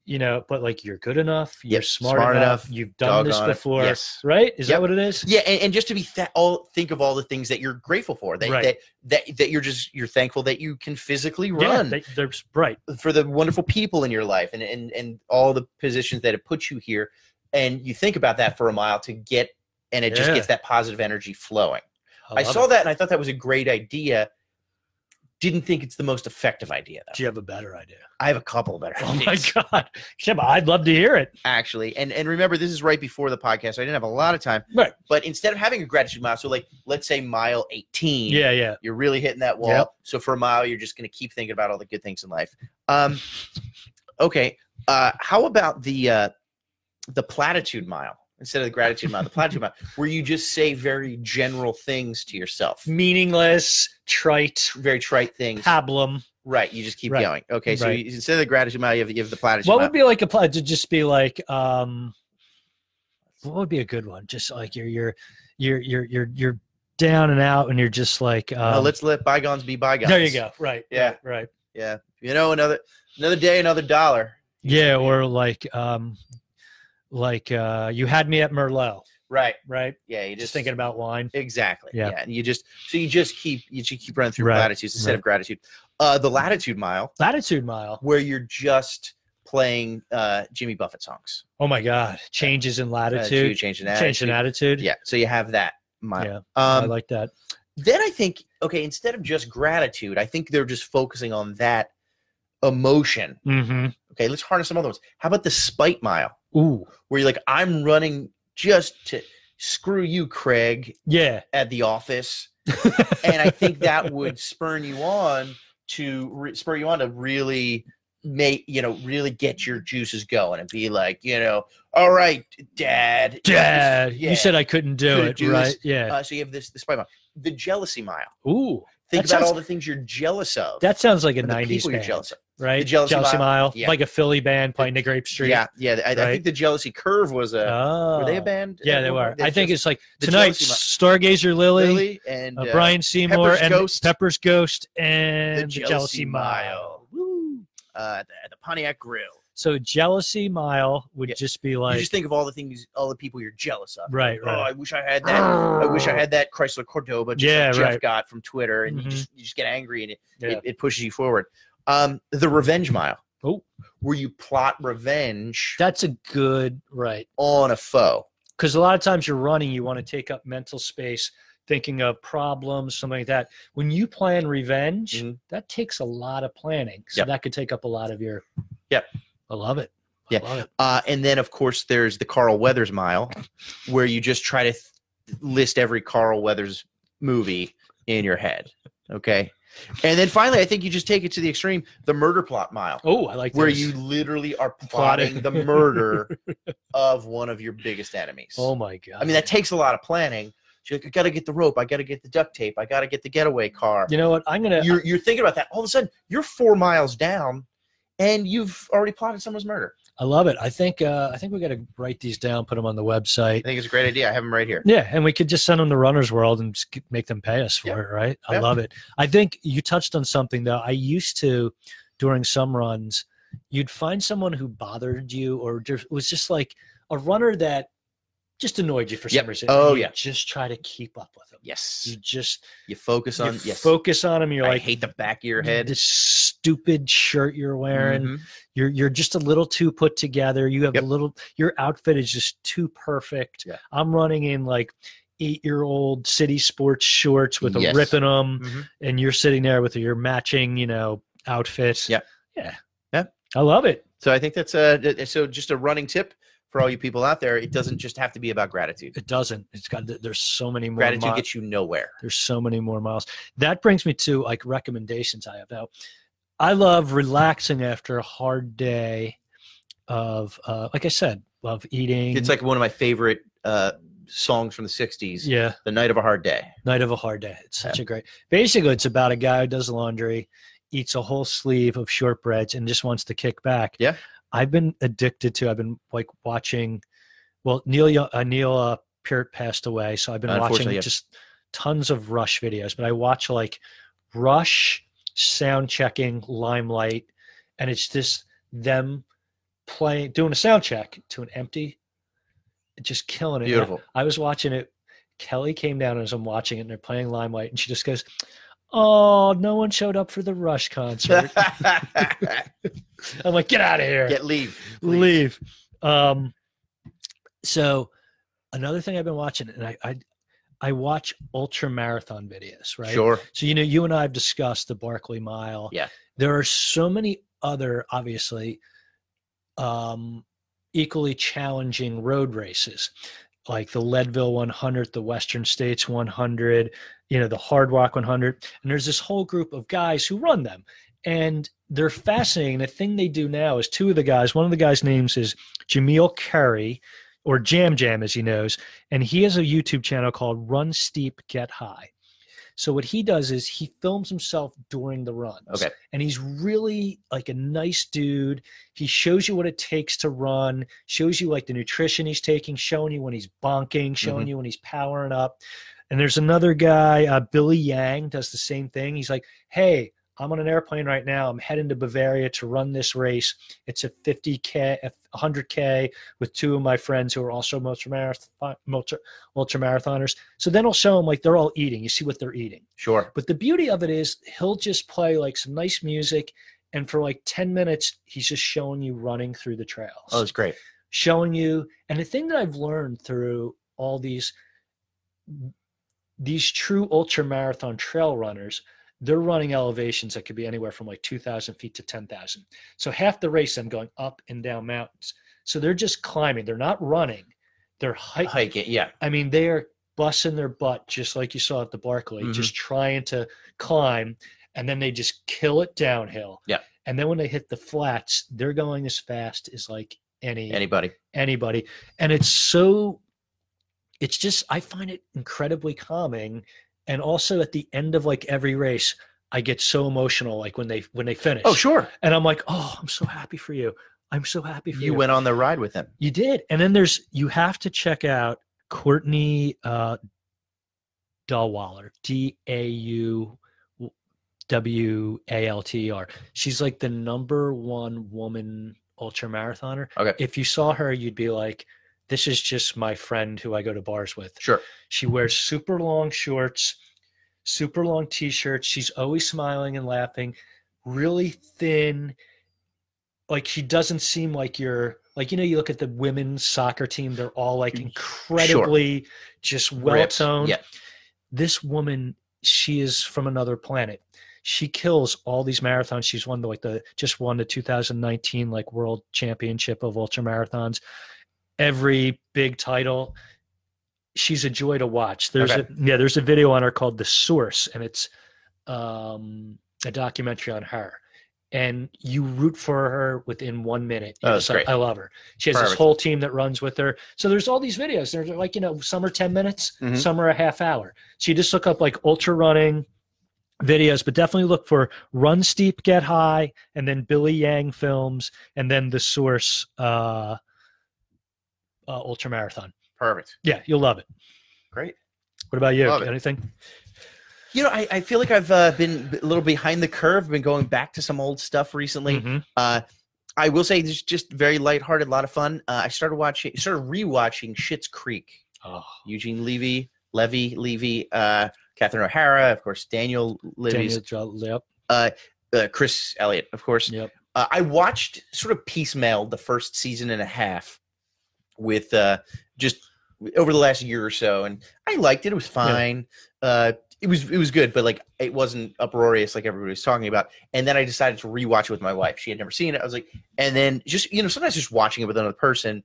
Speaker 1: you know, but like you're good enough, you're
Speaker 2: Yep,
Speaker 1: smart,
Speaker 2: smart
Speaker 1: enough,
Speaker 2: enough,
Speaker 1: you've done this
Speaker 2: Doggone it.
Speaker 1: before,
Speaker 2: Yes.
Speaker 1: right? Is that
Speaker 2: Yep.
Speaker 1: what it is?
Speaker 2: Yeah, and, and just to be th- all think of all the things that you're grateful for. That,
Speaker 1: Right.
Speaker 2: that that that you're just you're thankful that you can physically run
Speaker 1: they, they're right.
Speaker 2: for the wonderful people in your life and and and all the positions that have put you here. And you think about that for a mile to get, and it just
Speaker 1: Yeah.
Speaker 2: gets that positive energy flowing. I,
Speaker 1: love
Speaker 2: saw
Speaker 1: it.
Speaker 2: that and I thought that was a great idea. Didn't think it's the most effective idea though.
Speaker 1: Do you have a better idea?
Speaker 2: I have a couple of better
Speaker 1: Oh my
Speaker 2: ideas.
Speaker 1: god, Sheba, I'd love to hear it.
Speaker 2: actually. And and remember, this is right before the podcast. So I didn't have a lot of time.
Speaker 1: Right.
Speaker 2: But instead of having a gratitude mile, so like let's say mile 18.
Speaker 1: Yeah, yeah.
Speaker 2: You're really hitting that wall.
Speaker 1: Yep.
Speaker 2: So for a mile, you're just going to keep thinking about all the good things in life. Um, okay. Uh, how about the uh, the platitude mile instead of the gratitude mile? The platitude mile, where you just say very general things to yourself,
Speaker 1: Mm. Meaningless, trite,
Speaker 2: very trite things.
Speaker 1: pablum.
Speaker 2: right. You just keep
Speaker 1: Right.
Speaker 2: going. Okay. So
Speaker 1: Right.
Speaker 2: you, instead of the gratitude mile, you have, you have the platitude.
Speaker 1: What
Speaker 2: mile.
Speaker 1: would be like a pla- to just be like um what would be a good one? Just like you're you're you're you're you're you're down and out and you're just like um,
Speaker 2: Uh, let's let bygones be bygones.
Speaker 1: There you go. Right.
Speaker 2: Yeah.
Speaker 1: Right. right.
Speaker 2: You know, another another day, another dollar.
Speaker 1: Yeah, or like um like uh you had me at Merlot,
Speaker 2: Right.
Speaker 1: right?
Speaker 2: Yeah. You
Speaker 1: Just, thinking about wine.
Speaker 2: Exactly.
Speaker 1: Yeah.
Speaker 2: Yeah. And you just so you just keep you just keep running through
Speaker 1: Right,
Speaker 2: platitudes instead of gratitude. Uh, the latitude mile
Speaker 1: Latitude mile.
Speaker 2: where you're just playing uh, Jimmy Buffett songs. Uh,
Speaker 1: Oh my god. Changes in
Speaker 2: Attitude,
Speaker 1: latitude.
Speaker 2: change in attitude.
Speaker 1: Change in attitude.
Speaker 2: Yeah. So you have that mile.
Speaker 1: Yeah. I
Speaker 2: Um,
Speaker 1: like that.
Speaker 2: then I think okay, instead of just gratitude, I think they're just focusing on that emotion.
Speaker 1: Mhm.
Speaker 2: Okay, let's harness some other ones. How about the spite mile
Speaker 1: Ooh.
Speaker 2: where you're like, I'm running just to screw you, Craig,
Speaker 1: Yeah.
Speaker 2: at the office, and I think that would spur you on to re- spur you on to really make you know really get your juices going and be like you know all right dad
Speaker 1: Dad,
Speaker 2: yeah.
Speaker 1: you said I couldn't do
Speaker 2: Couldn't
Speaker 1: it,
Speaker 2: do
Speaker 1: right?
Speaker 2: this.
Speaker 1: Yeah.
Speaker 2: uh, so you have this the spy mile the jealousy mile
Speaker 1: Ooh.
Speaker 2: think
Speaker 1: That
Speaker 2: about
Speaker 1: sounds-
Speaker 2: all the things you're jealous of
Speaker 1: That sounds like a
Speaker 2: and the
Speaker 1: '90s
Speaker 2: people you're
Speaker 1: band,
Speaker 2: jealous of
Speaker 1: right?
Speaker 2: The Jealousy
Speaker 1: Mile,
Speaker 2: yeah.
Speaker 1: like a Philly band playing the Grape Street.
Speaker 2: yeah yeah I, I
Speaker 1: Right.
Speaker 2: think the jealousy curve was a
Speaker 1: Oh.
Speaker 2: were they a band
Speaker 1: Yeah,
Speaker 2: at
Speaker 1: they
Speaker 2: one
Speaker 1: were.
Speaker 2: point?
Speaker 1: I think
Speaker 2: Jealousy-
Speaker 1: it's like
Speaker 2: The
Speaker 1: tonight,
Speaker 2: Jealousy
Speaker 1: Stargazer Lily,
Speaker 2: Lily and
Speaker 1: uh,
Speaker 2: uh,
Speaker 1: Brian Seymour,
Speaker 2: Pepper's
Speaker 1: and
Speaker 2: Ghost.
Speaker 1: Pepper's Ghost, and
Speaker 2: The
Speaker 1: the
Speaker 2: Jealousy
Speaker 1: Jealousy Mile.
Speaker 2: Mile.
Speaker 1: Woo.
Speaker 2: uh, the, the Pontiac Grill
Speaker 1: So Jealousy Mile would
Speaker 2: Yeah.
Speaker 1: just be
Speaker 2: you
Speaker 1: like,
Speaker 2: just think of all the things all the people you're jealous of
Speaker 1: right,
Speaker 2: oh,
Speaker 1: right.
Speaker 2: I wish I had that. I wish I had that Chrysler Cordoba. Just
Speaker 1: Yeah,
Speaker 2: like Jeff
Speaker 1: right.
Speaker 2: got from Twitter, and
Speaker 1: Mhm.
Speaker 2: you just you just get angry, and it,
Speaker 1: yeah.
Speaker 2: it, it pushes you forward. Um, the revenge mile.
Speaker 1: Oh.
Speaker 2: where you plot revenge
Speaker 1: That's a good right.
Speaker 2: on a foe.
Speaker 1: because a lot of times you're running, you want to take up mental space thinking of problems, something like that. When you plan revenge,
Speaker 2: Mhm.
Speaker 1: that takes a lot of planning. So
Speaker 2: Yep.
Speaker 1: that could take up a lot of your.
Speaker 2: Yep.
Speaker 1: I love it.
Speaker 2: Yeah.
Speaker 1: I love it.
Speaker 2: Uh, and then of course there's the Carl Weathers mile, where you just try to th- list every Carl Weathers movie in your head. Okay, and then finally I think you just take it to the extreme, the murder plot mile.
Speaker 1: Oh, I like
Speaker 2: Where
Speaker 1: this.
Speaker 2: you literally are plotting
Speaker 1: Plotting.
Speaker 2: the murder of one of your biggest enemies.
Speaker 1: Oh my god.
Speaker 2: I mean, that takes a lot of planning. She's like, I got to get the rope. I got to get the duct tape. I got to get the getaway car.
Speaker 1: You know what? I'm gonna.
Speaker 2: You're, you're thinking about that. All of a sudden, you're four miles down and you've already plotted someone's murder.
Speaker 1: I love it. I think. Uh, I think we got to write these down, put them on the
Speaker 2: I
Speaker 1: website.
Speaker 2: think it's a great idea. I have them right here.
Speaker 1: Yeah, and we could just send them to Runner's World and just get- make them pay us for
Speaker 2: Yeah.
Speaker 1: it, right? I
Speaker 2: Yeah.
Speaker 1: love it. I think you touched on something though. I used to, during some runs, you'd find someone who bothered you or just, was just like a runner that just annoyed you for
Speaker 2: Yep.
Speaker 1: some reason.
Speaker 2: Oh,
Speaker 1: You
Speaker 2: yeah.
Speaker 1: Just try to keep up with them.
Speaker 2: Yes.
Speaker 1: You just
Speaker 2: You focus on
Speaker 1: you
Speaker 2: yes.
Speaker 1: focus on them. You're
Speaker 2: I
Speaker 1: like,
Speaker 2: hate the back of your head.
Speaker 1: This stupid shirt you're wearing.
Speaker 2: Mhm.
Speaker 1: You're you're just a little too put together. You have
Speaker 2: Yep.
Speaker 1: a little. Your outfit is just too perfect.
Speaker 2: Yeah.
Speaker 1: I'm running in like eight year old city sports shorts with
Speaker 2: Yes.
Speaker 1: a rip in them,
Speaker 2: Mhm.
Speaker 1: and you're sitting there with your matching, you know, outfit.
Speaker 2: Yep.
Speaker 1: Yeah.
Speaker 2: Yep.
Speaker 1: I love it.
Speaker 2: So I think that's a th- so just a running tip for all you people out there. It doesn't just have to be about gratitude.
Speaker 1: It doesn't. It's got. There's so many more.
Speaker 2: Gratitude
Speaker 1: mi-
Speaker 2: gets you nowhere.
Speaker 1: There's so many more miles. That brings me to like recommendations I have. Now, I love relaxing after a hard day of, uh, like I said, of eating.
Speaker 2: It's like one of my favorite uh, songs from the '60s,
Speaker 1: yeah,
Speaker 2: "The Night of a Hard Day."
Speaker 1: night of a hard day. It's such a great. Basically, it's about a guy who does laundry, eats a whole sleeve of shortbreads, and just wants to kick back.
Speaker 2: Yeah.
Speaker 1: I've been addicted to. I've been like watching. Well, Neil Yo- uh, Neil uh, Peart passed away, so I've been watching
Speaker 2: Unfortunately, yeah.
Speaker 1: just tons of Rush videos. But I watch like Rush, sound checking, Limelight, and it's just them playing, doing a sound check to an empty, just killing it. And I-
Speaker 2: Beautiful.
Speaker 1: I was watching it. Kelly came down as I'm watching it, and they're playing Limelight, and she just goes, "Oh, no one showed up for the Rush concert." I'm like, "Get out of here,
Speaker 2: Get leave. please.
Speaker 1: leave." Um, so another thing I've been watching, and I, I, I watch ultra marathon videos, right?
Speaker 2: Sure.
Speaker 1: So you know, you and I have discussed the Barkley Mile.
Speaker 2: Yeah.
Speaker 1: There are so many other, obviously, um, equally challenging road races, like the Leadville 100, the Western States 100, you know, the Hard Rock 100, and there's this whole group of guys who run them, and they're fascinating. The thing they do now is two of the guys. One of the guys' names is Jameel Curry. Or Jam Jam, as he knows, and he has a YouTube channel called Run Steep, Get High. So what he does is he films himself during the runs.
Speaker 2: Okay.
Speaker 1: And he's really like a nice dude. He shows you what it takes to run, shows you like the nutrition he's taking, showing you when he's bonking, showing you when he's powering up. And there's another guy, uh, Billy Yang, does the same thing. He's like, hey, I'm on an airplane right now. I'm heading to Bavaria to run this race. It's a 50K, a 100K with two of my friends who are also ultra marathon, ultra, ultra marathoners. So then I'll show them like they're all eating. You see what they're eating.
Speaker 2: Sure.
Speaker 1: But the beauty of it is he'll just play like some nice music, and for like ten minutes he's just showing you running through the trails,
Speaker 2: Oh, it's great.
Speaker 1: showing you. And the thing that I've learned through all these these true ultra marathon trail runners. They're running elevations that could be anywhere from like 2,000 feet to 10,000. So half the race, I'm going up and down mountains. So they're just climbing. They're not running. They're hiking.
Speaker 2: Hiking. Yeah.
Speaker 1: I mean, they are busting their butt just like you saw at the Barclay,
Speaker 2: Mhm.
Speaker 1: just trying to climb, and then they just kill it downhill.
Speaker 2: Yeah.
Speaker 1: And then when they hit the flats, they're going as fast as like any,
Speaker 2: Anybody.
Speaker 1: anybody, and it's so, it's just I find it incredibly calming, and also at the end of like every race. I get so emotional, like when they when they finish.
Speaker 2: Oh, sure.
Speaker 1: And I'm like, oh, I'm so happy for you. I'm so happy for you.
Speaker 2: You went on the ride with them.
Speaker 1: You did. And then there's you have to check out Courtney uh Dahlwaller, D A U W A L T E R. She's like the number one woman ultra marathoner.
Speaker 2: Okay.
Speaker 1: If you saw her, you'd be like, This is just my friend who I go to bars with.
Speaker 2: Sure.
Speaker 1: She wears super long shorts, super long t shirts. She's always smiling and laughing, really thin. Like, she doesn't seem like you're, like, you know, you look at the women's soccer team, they're all like incredibly just well
Speaker 2: Ripped.
Speaker 1: toned.
Speaker 2: Yeah.
Speaker 1: This woman, she is from another planet. She kills all these marathons. She's won the like the just won the 2019 like world championship of ultra marathons. Every big title. She's a joy to watch. There's
Speaker 2: Okay.
Speaker 1: a yeah, there's a video on her called The Source, and it's um a documentary on her. And you root for her within one minute. You're
Speaker 2: Oh,
Speaker 1: just
Speaker 2: that's
Speaker 1: like,
Speaker 2: great.
Speaker 1: I love her. She has this
Speaker 2: Perfect.
Speaker 1: whole team that runs with her. So there's all these videos. There's like, you know, some are 10 minutes,
Speaker 2: Mhm.
Speaker 1: some are a half hour. So you just look up like ultra running videos, but definitely look for Run Steep, Get High, and then Billy Yang films, and then The Source uh, uh, Ultra Marathon.
Speaker 2: Perfect.
Speaker 1: Yeah, you'll love it.
Speaker 2: Great.
Speaker 1: What about you?
Speaker 2: Love it.
Speaker 1: Anything?
Speaker 2: You know, I, I feel like I've uh, been a little behind the curve, been going back to some old stuff recently.
Speaker 1: Mhm.
Speaker 2: Uh, I will say it's just very lighthearted, a lot of fun. Uh, I started watching, started rewatching Schitt's Creek.
Speaker 1: Oh,
Speaker 2: Eugene Levy, Levy, Levy, uh, Catherine O'Hara, of course, Daniel Levy's,
Speaker 1: Daniel, Jo- yep,
Speaker 2: uh, Chris Elliott, of course.
Speaker 1: yep.
Speaker 2: Uh, I watched sort of piecemeal the first season and a half with uh, just over the last year or so, and I liked it. It was fine. Uh, it was it was good, but like it wasn't uproarious like everybody was talking about. And then I decided to rewatch it with my wife. She had never seen it. I was like, and then just you know sometimes just watching it with another person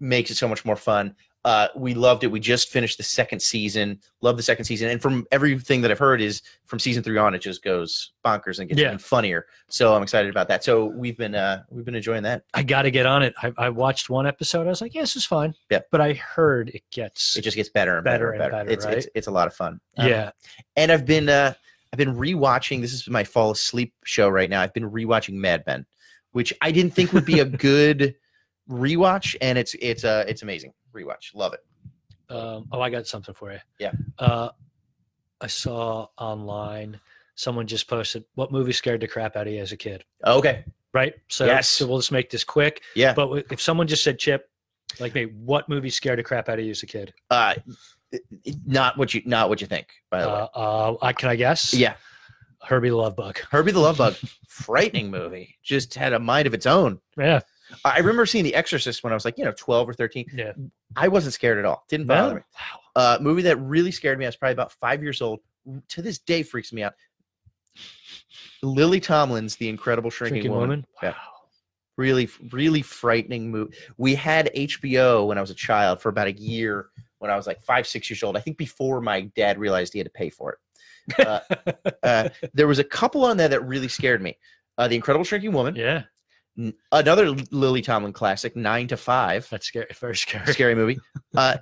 Speaker 2: makes it so much more fun. Uh, we loved it. We just finished the second season. Love the second season, and from everything that I've heard is from season three on, it just goes bonkers and gets
Speaker 1: Yeah.
Speaker 2: even funnier. So I'm excited about that. So we've been uh, we've been enjoying that.
Speaker 1: I got to get on it. I, I watched one episode. I was like, yeah, this is fine.
Speaker 2: Yeah.
Speaker 1: But I heard it gets.
Speaker 2: It just gets better and
Speaker 1: Better
Speaker 2: better,
Speaker 1: and
Speaker 2: and better.
Speaker 1: better,
Speaker 2: it's, it's it's a lot of fun. Um,
Speaker 1: yeah.
Speaker 2: and I've been uh, I've been rewatching. This is my fall asleep show right now. I've been rewatching Mad Men, which I didn't think would be a good rewatch, and it's it's uh it's amazing rewatch. Love it.
Speaker 1: Um, oh, I got something for you.
Speaker 2: Yeah.
Speaker 1: Uh, I saw online someone just posted what movie scared the crap out of you as a kid,
Speaker 2: Okay,
Speaker 1: right? So,
Speaker 2: Yes.
Speaker 1: so we'll just make this quick.
Speaker 2: yeah.
Speaker 1: But w- if someone just said, Chip, like me, what movie scared the crap out of you as a kid?
Speaker 2: Uh, it- it- not what you not what you think. By the
Speaker 1: Uh, uh, I, can I guess?
Speaker 2: way, yeah.
Speaker 1: Herbie the Love Bug.
Speaker 2: Herbie the Love Bug, frightening movie. Just had a mind of its own.
Speaker 1: Yeah.
Speaker 2: I I remember seeing The Exorcist when I was like, you know, twelve or thirteen.
Speaker 1: Yeah.
Speaker 2: I wasn't scared at all. Didn't bother me.
Speaker 1: Wow.
Speaker 2: uh, movie that really scared me. I was probably about five years old. To this day, freaks me out. Lily Tomlin's The Incredible Shrinking,
Speaker 1: Drinking
Speaker 2: Woman.
Speaker 1: Woman.
Speaker 2: Yeah.
Speaker 1: Wow.
Speaker 2: Really, really frightening movie. We had HBO when I was a child for about a year when I was like five, six years old. I think before my dad realized he had to pay for it. Uh, uh, there was a couple on there that really scared me. Uh, the Incredible Shrinking Woman,
Speaker 1: Yeah.
Speaker 2: n- another Lily Tomlin classic, Nine to Five,
Speaker 1: That's scary. Very scary.
Speaker 2: scary movie. Uh,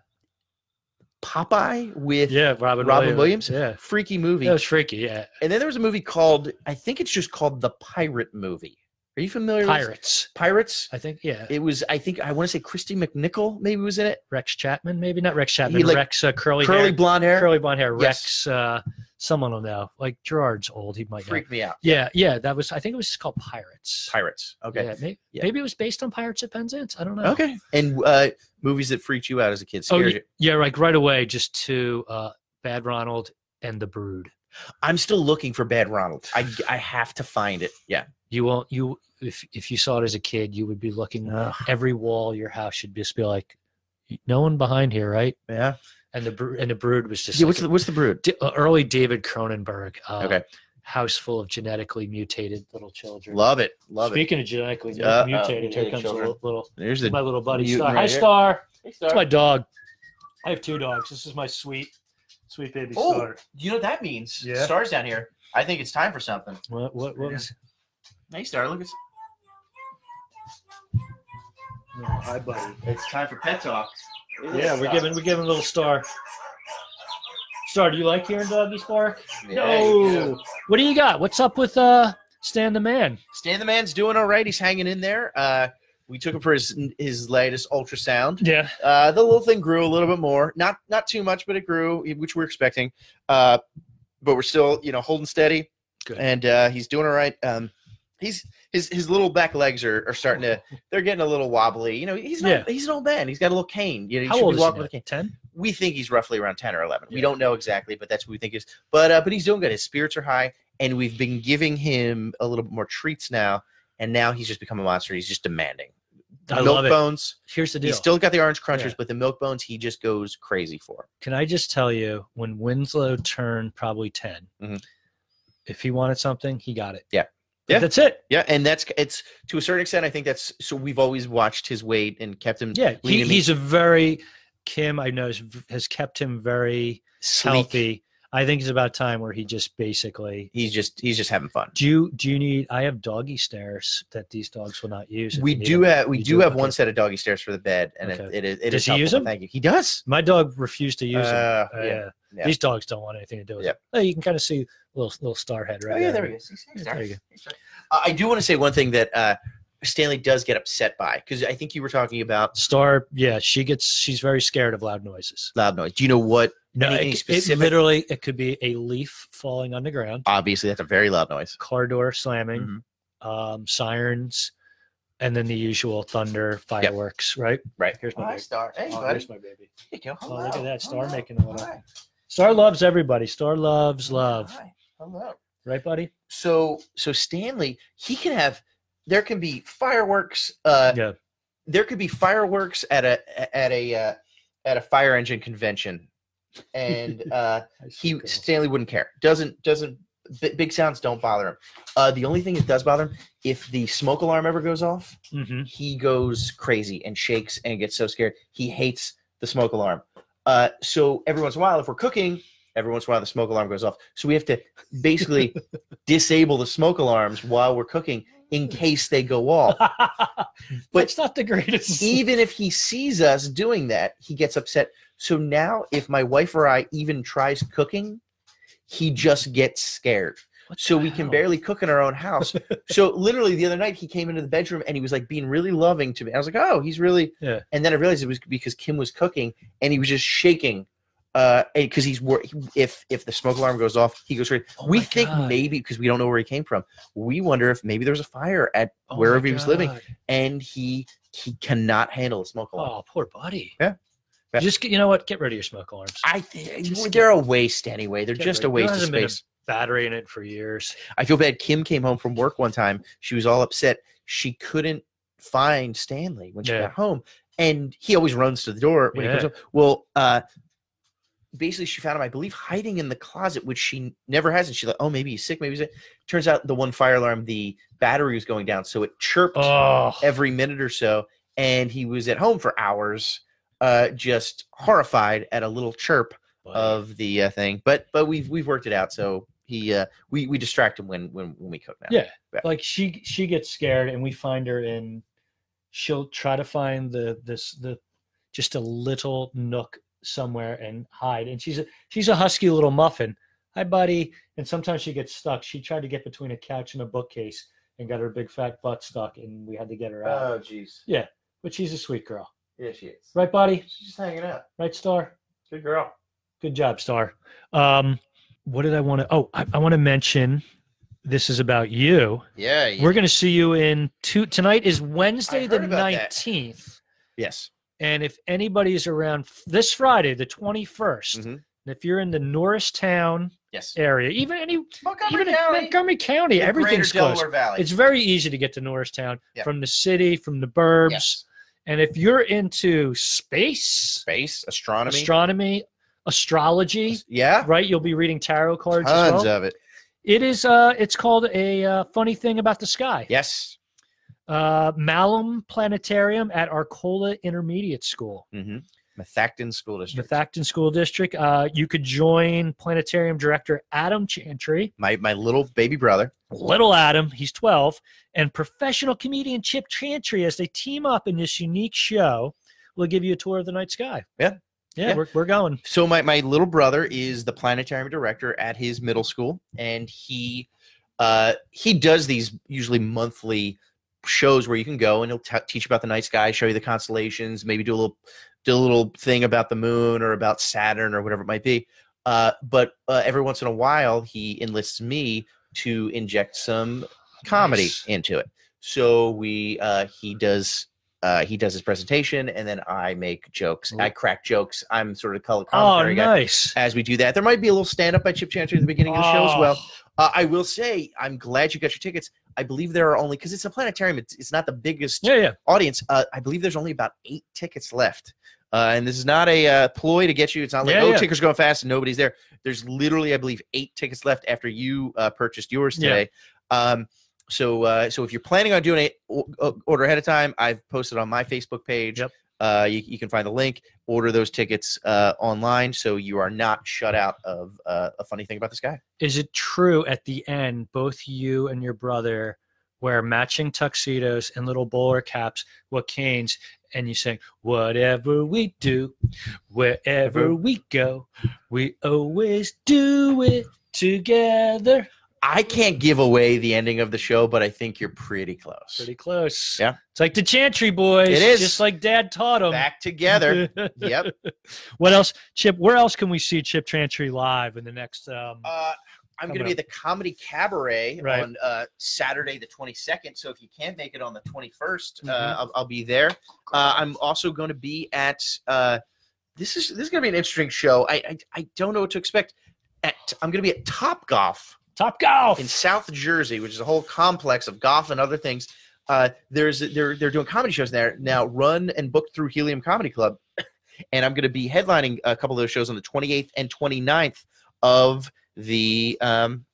Speaker 2: Popeye with
Speaker 1: Yeah. Robin,
Speaker 2: Robin Williams?
Speaker 1: Yeah.
Speaker 2: freaky movie.
Speaker 1: That was freaky. Yeah.
Speaker 2: And then there was a movie called, I think it's just called The Pirate Movie. Are you familiar with
Speaker 1: Pirates.
Speaker 2: Pirates?
Speaker 1: I think. Yeah.
Speaker 2: It was, I think, I want to say Christy McNichol maybe was in it.
Speaker 1: Rex Chapman, maybe not Rex Chapman.
Speaker 2: like-
Speaker 1: Rex uh, curly
Speaker 2: Curly,
Speaker 1: hair,
Speaker 2: blonde hair.
Speaker 1: curly oh blonde hair.
Speaker 2: Yes.
Speaker 1: Rex. Uh, someone will know. Like Gerard's old. He might know.
Speaker 2: Freaked me out.
Speaker 1: Yeah. Yeah. That was. I think it was just called Pirates.
Speaker 2: Pirates. Okay.
Speaker 1: Yeah, may-
Speaker 2: Yeah.
Speaker 1: Maybe it was based on Pirates at Penzance. I don't know.
Speaker 2: Okay. And uh, movies that freaked you out as a kid.
Speaker 1: Oh,
Speaker 2: Scared
Speaker 1: y-
Speaker 2: you.
Speaker 1: yeah. Like right away, just to uh, Bad Ronald and The Brood.
Speaker 2: I'm still looking for Bad Ronald. I, I have to find it. Yeah.
Speaker 1: You won't. You if if you saw it as a kid, you would be looking every wall of your house should just be like, no one behind here, right?
Speaker 2: Yeah.
Speaker 1: And the Bro- and the Brood was just
Speaker 2: yeah
Speaker 1: like
Speaker 2: what's,
Speaker 1: a-
Speaker 2: the, what's the brood?
Speaker 1: D- uh, early David Cronenberg. Uh,
Speaker 2: Okay.
Speaker 1: House full of genetically mutated little children.
Speaker 2: Love it. Love
Speaker 1: Speaking of genetically
Speaker 2: Uh, uh,
Speaker 1: mutated, here
Speaker 2: mutated
Speaker 1: comes
Speaker 2: children.
Speaker 1: a little, little
Speaker 2: it. There's the.
Speaker 1: my little buddy
Speaker 2: mutant
Speaker 1: Star.
Speaker 2: right
Speaker 1: Hi,
Speaker 2: here.
Speaker 1: Star. It's my dog. I have two dogs. This is my sweet, sweet baby
Speaker 2: Oh.
Speaker 1: Star.
Speaker 2: you know what that means?
Speaker 1: Yeah.
Speaker 2: Stars down here. I think it's time for something.
Speaker 1: What? What? What was?
Speaker 2: Hey, Star, look, it's,
Speaker 1: No, hi, buddy.
Speaker 2: it's time for pet talk.
Speaker 1: Yeah, we're giving we're giving little Star. Star, do you like hearing doggies bark?
Speaker 2: Yeah, you do.
Speaker 1: What do you got? What's up with uh Stan the Man?
Speaker 2: Stan the man's doing all right. He's hanging in there. Uh, we took him for his his latest ultrasound.
Speaker 1: Yeah.
Speaker 2: Uh, the little thing grew a little bit more, not not too much, but it grew, which we're expecting. Uh, but we're still, you know, holding steady,
Speaker 1: Good.
Speaker 2: and uh, he's doing all right. Um, he's his his little back legs are, are starting to they're getting a little wobbly. You know, he's not,
Speaker 1: Yeah.
Speaker 2: he's an old man. He's got a little cane. You know, he
Speaker 1: How
Speaker 2: should
Speaker 1: old
Speaker 2: be
Speaker 1: is
Speaker 2: walking
Speaker 1: he?
Speaker 2: with a cane.
Speaker 1: now? Ten.
Speaker 2: We think he's roughly around ten or eleven. We
Speaker 1: Yeah.
Speaker 2: don't know exactly, but that's what we think is. But uh, but he's doing good. His spirits are high, and we've been giving him a little bit more treats now. And now he's just become a monster. He's just demanding
Speaker 1: I
Speaker 2: milk
Speaker 1: love it.
Speaker 2: bones.
Speaker 1: Here's the deal.
Speaker 2: He's still got the orange crunchers,
Speaker 1: Yeah.
Speaker 2: but the milk bones he just goes crazy for.
Speaker 1: Can I just tell you when Winslow turned probably 10,
Speaker 2: Mhm.
Speaker 1: if he wanted something, he got it.
Speaker 2: Yeah.
Speaker 1: But
Speaker 2: Yeah.
Speaker 1: That's it.
Speaker 2: Yeah, and that's it's to a certain extent. I think that's so. We've always watched his weight and kept him
Speaker 1: Yeah.
Speaker 2: Lean
Speaker 1: He,
Speaker 2: and mean.
Speaker 1: he's a very, Kim, I know, is v- has kept him very
Speaker 2: sleek.
Speaker 1: healthy. I think it's about time where he just basically.
Speaker 2: He's just he's just having fun.
Speaker 1: Do you, do you need? I have doggy stairs that these dogs will not use. if
Speaker 2: We
Speaker 1: you need
Speaker 2: do
Speaker 1: them.
Speaker 2: have we
Speaker 1: You
Speaker 2: do
Speaker 1: do?
Speaker 2: have
Speaker 1: Okay.
Speaker 2: one set of doggy stairs for the bed, and it
Speaker 1: Okay.
Speaker 2: it is. It
Speaker 1: Does
Speaker 2: is
Speaker 1: he use
Speaker 2: helpful.
Speaker 1: them?
Speaker 2: Thank you. He does.
Speaker 1: My dog refused to use them.
Speaker 2: Uh,
Speaker 1: Uh,
Speaker 2: yeah.
Speaker 1: yeah.
Speaker 2: yeah.
Speaker 1: These dogs don't want anything to do with
Speaker 2: Yep.
Speaker 1: it. Oh, you can kind of see little little star head right
Speaker 2: Oh yeah, there we go.
Speaker 1: Yeah, there you go.
Speaker 2: Uh, I do want to say one thing that uh, Stanley does get upset by because I think you were talking about
Speaker 1: Star, yeah, she gets she's very scared of loud noises.
Speaker 2: loud noise. Do you know what?
Speaker 1: No,
Speaker 2: Anything
Speaker 1: it, it
Speaker 2: specific?
Speaker 1: literally it could be a leaf falling on the ground,
Speaker 2: Obviously, that's a very loud noise.
Speaker 1: Mm-hmm. car door slamming,
Speaker 2: Mhm.
Speaker 1: um, sirens, and then the usual thunder, fireworks, right?
Speaker 2: Right.
Speaker 1: Here's my
Speaker 2: Hi,
Speaker 1: baby.
Speaker 2: Star. Hey,
Speaker 1: Oh,
Speaker 2: buddy.
Speaker 1: here's my baby.
Speaker 2: Here you go.
Speaker 1: Oh,
Speaker 2: Hello.
Speaker 1: look at that. Star
Speaker 2: Hello.
Speaker 1: making a little-
Speaker 2: Hi.
Speaker 1: Star loves everybody. Star loves love,
Speaker 2: Hi. Hello.
Speaker 1: right, buddy?
Speaker 2: So so Stanley, he can have there can be fireworks uh
Speaker 1: Yeah.
Speaker 2: there could be fireworks at a at a uh, at a fire engine convention and uh he Stanley wouldn't care. Doesn't doesn't b- big sounds don't bother him. Uh the only thing that does bother him if the smoke alarm ever goes off,
Speaker 1: hmm
Speaker 2: he goes crazy and shakes and gets so scared. He hates the smoke alarm. Uh, so every once in a while, if we're cooking, every once in a while the smoke alarm goes off. So we have to basically disable the smoke alarms while we're cooking in case they go off.
Speaker 1: That's not the greatest.
Speaker 2: even if he sees us doing that, he gets upset. So now, if my wife or I even tries cooking, he just gets scared.
Speaker 1: What the
Speaker 2: So we can
Speaker 1: hell?
Speaker 2: barely cook in our own house. so literally the other night he came into the bedroom and he was like being really loving to me. I was like, oh, he's really.
Speaker 1: Yeah.
Speaker 2: And then I realized it was because Kim was cooking and he was just shaking. Uh, because he's wor- if if the smoke alarm goes off, he goes crazy.
Speaker 1: Oh
Speaker 2: we
Speaker 1: my
Speaker 2: think
Speaker 1: God.
Speaker 2: maybe because we don't know where he came from. We wonder if maybe there was a fire at
Speaker 1: Oh my
Speaker 2: wherever he was living
Speaker 1: God.
Speaker 2: and he he cannot handle the smoke alarm.
Speaker 1: Oh, poor buddy.
Speaker 2: Yeah. Yeah.
Speaker 1: Just get, you know what? Get rid of your smoke alarms.
Speaker 2: I think
Speaker 1: Oh, Just
Speaker 2: they're a waste anyway. They're
Speaker 1: Get
Speaker 2: just
Speaker 1: rid-
Speaker 2: a waste
Speaker 1: There
Speaker 2: of
Speaker 1: hasn't been a
Speaker 2: space.
Speaker 1: battery in it for years.
Speaker 2: I feel bad. Kim came home from work one time. She was all upset. She couldn't find Stanley when she
Speaker 1: Yeah.
Speaker 2: got home, and he always runs to the door when he
Speaker 1: Yeah.
Speaker 2: comes home. Well, uh, basically, she found him, I believe, hiding in the closet, which she never has. And she's like, "Oh, maybe he's sick. Maybe he's sick." Turns out the one fire alarm, the battery was going down, so it chirped
Speaker 1: Oh,
Speaker 2: every minute or so, and he was at home for hours, uh, just horrified at a little chirp
Speaker 1: buddy.
Speaker 2: of the uh, thing. But but we've we've worked it out. So he uh, we we distract him when when, when we cook now.
Speaker 1: Yeah. like she she gets scared and we find her in she'll try to find the this the just a little nook somewhere and hide and she's a she's a husky little muffin hi buddy and sometimes she gets stuck she tried to get between a couch and a bookcase and got her big fat butt stuck and we had to get her out
Speaker 2: Oh, jeez.
Speaker 1: but she's a sweet girl
Speaker 2: Yeah, she is.
Speaker 1: right buddy
Speaker 2: She's just hanging out.
Speaker 1: right star
Speaker 2: Good girl.
Speaker 1: Good job, Star. Um, what did I want to? Oh, I, I want to mention. This is about you.
Speaker 2: Yeah. yeah.
Speaker 1: We're going to see you in two. Tonight is Wednesday
Speaker 2: I
Speaker 1: the
Speaker 2: heard about that.
Speaker 1: nineteenth,
Speaker 2: yes.
Speaker 1: and if anybody's around f- this Friday, the 21st
Speaker 2: Mhm.
Speaker 1: and if you're in the Norristown
Speaker 2: Yes.
Speaker 1: area, even any,
Speaker 2: Montgomery
Speaker 1: even if
Speaker 2: County.
Speaker 1: Montgomery County,
Speaker 2: the
Speaker 1: everything's
Speaker 2: greater
Speaker 1: close.
Speaker 2: Delaware Valley.
Speaker 1: It's very easy to get to Norristown
Speaker 2: Yeah.
Speaker 1: from the city, from the burbs,
Speaker 2: yes.
Speaker 1: and if you're into space,
Speaker 2: space astronomy.
Speaker 1: astronomy, astrology,
Speaker 2: yeah.
Speaker 1: right? You'll be reading tarot cards. as
Speaker 2: Tons
Speaker 1: well.
Speaker 2: of it.
Speaker 1: It is. Uh, it's called a uh, funny thing about the sky.
Speaker 2: Yes.
Speaker 1: Uh, Malum Planetarium at Arcola Intermediate School,
Speaker 2: Mm-hmm. Methacton School District.
Speaker 1: Methacton School District. Uh, you could join Planetarium Director Adam Chantry,
Speaker 2: my my little baby brother.
Speaker 1: little Adam, he's twelve, and professional comedian Chip Chantry as they team up in this unique show. We'll give you a tour of the night sky.
Speaker 2: Yeah.
Speaker 1: Yeah,
Speaker 2: Yeah.
Speaker 1: We're, we're going.
Speaker 2: So my, my little brother is the planetarium director at his middle school, and he uh, he does these usually monthly shows where you can go and he'll t- teach about the night sky, show you the constellations, maybe do a little do a little thing about the moon or about Saturn or whatever it might be. Uh, but uh, every once in a while, he enlists me to inject some comedy
Speaker 1: Nice.
Speaker 2: into it. So we uh, he does. Uh, he does his presentation, and then I make jokes.
Speaker 1: Ooh.
Speaker 2: I crack jokes. I'm sort of color
Speaker 1: Oh,
Speaker 2: commentary guy
Speaker 1: nice.
Speaker 2: as we do that. There might be a little stand up by Chip Chantry at the beginning of the show as well.
Speaker 1: Ah. Oh,
Speaker 2: Uh, I will say, I'm glad you got your tickets. I believe there are only, because it's a planetarium, it's, it's not the biggest
Speaker 1: Yeah, yeah.
Speaker 2: audience. Uh, I believe there's only about eight tickets left. Uh, and this is not a uh, ploy to get you. It's not like,
Speaker 1: Yeah,
Speaker 2: oh,
Speaker 1: yeah.
Speaker 2: tickets are going fast and nobody's there. There's literally, I believe, eight tickets left after you uh, purchased yours
Speaker 1: Yeah.
Speaker 2: today. Um, so, uh, so if you're planning on doing it, o- o- order ahead of time. I've posted on my Facebook page.
Speaker 1: Yep.
Speaker 2: Uh, you, you can find the link. Order those tickets uh, online so you are not shut out of uh, a funny thing about this guy.
Speaker 1: is it true at the end both you and your brother wear matching tuxedos and little bowler caps with canes and you sing whatever we do wherever we go we always do it together
Speaker 2: I can't give away the ending of the show, but I think you're pretty close.
Speaker 1: pretty close
Speaker 2: Yeah.
Speaker 1: it's like the chantry boys
Speaker 2: It is.
Speaker 1: just like dad taught them
Speaker 2: Back together. yep.
Speaker 1: what else chip where else can we see chip chantry live in the next um
Speaker 2: Uh, I'm
Speaker 1: Coming
Speaker 2: going to be at the Comedy Cabaret
Speaker 1: Right.
Speaker 2: on uh, Saturday the 22nd. So if you can make it on the 21st, uh,
Speaker 1: Mhm.
Speaker 2: I'll, I'll be there. Uh, I'm also going to be at. Uh, this is this is going to be an interesting show. I, I I don't know what to expect. At I'm going to be at Top Golf
Speaker 1: Top golf.
Speaker 2: in South Jersey, which is a whole complex of golf and other things. Uh, there's they're they're doing comedy shows there now, run and booked through Helium Comedy Club, and I'm going to be headlining a couple of those shows on the 28th and 29th of the um,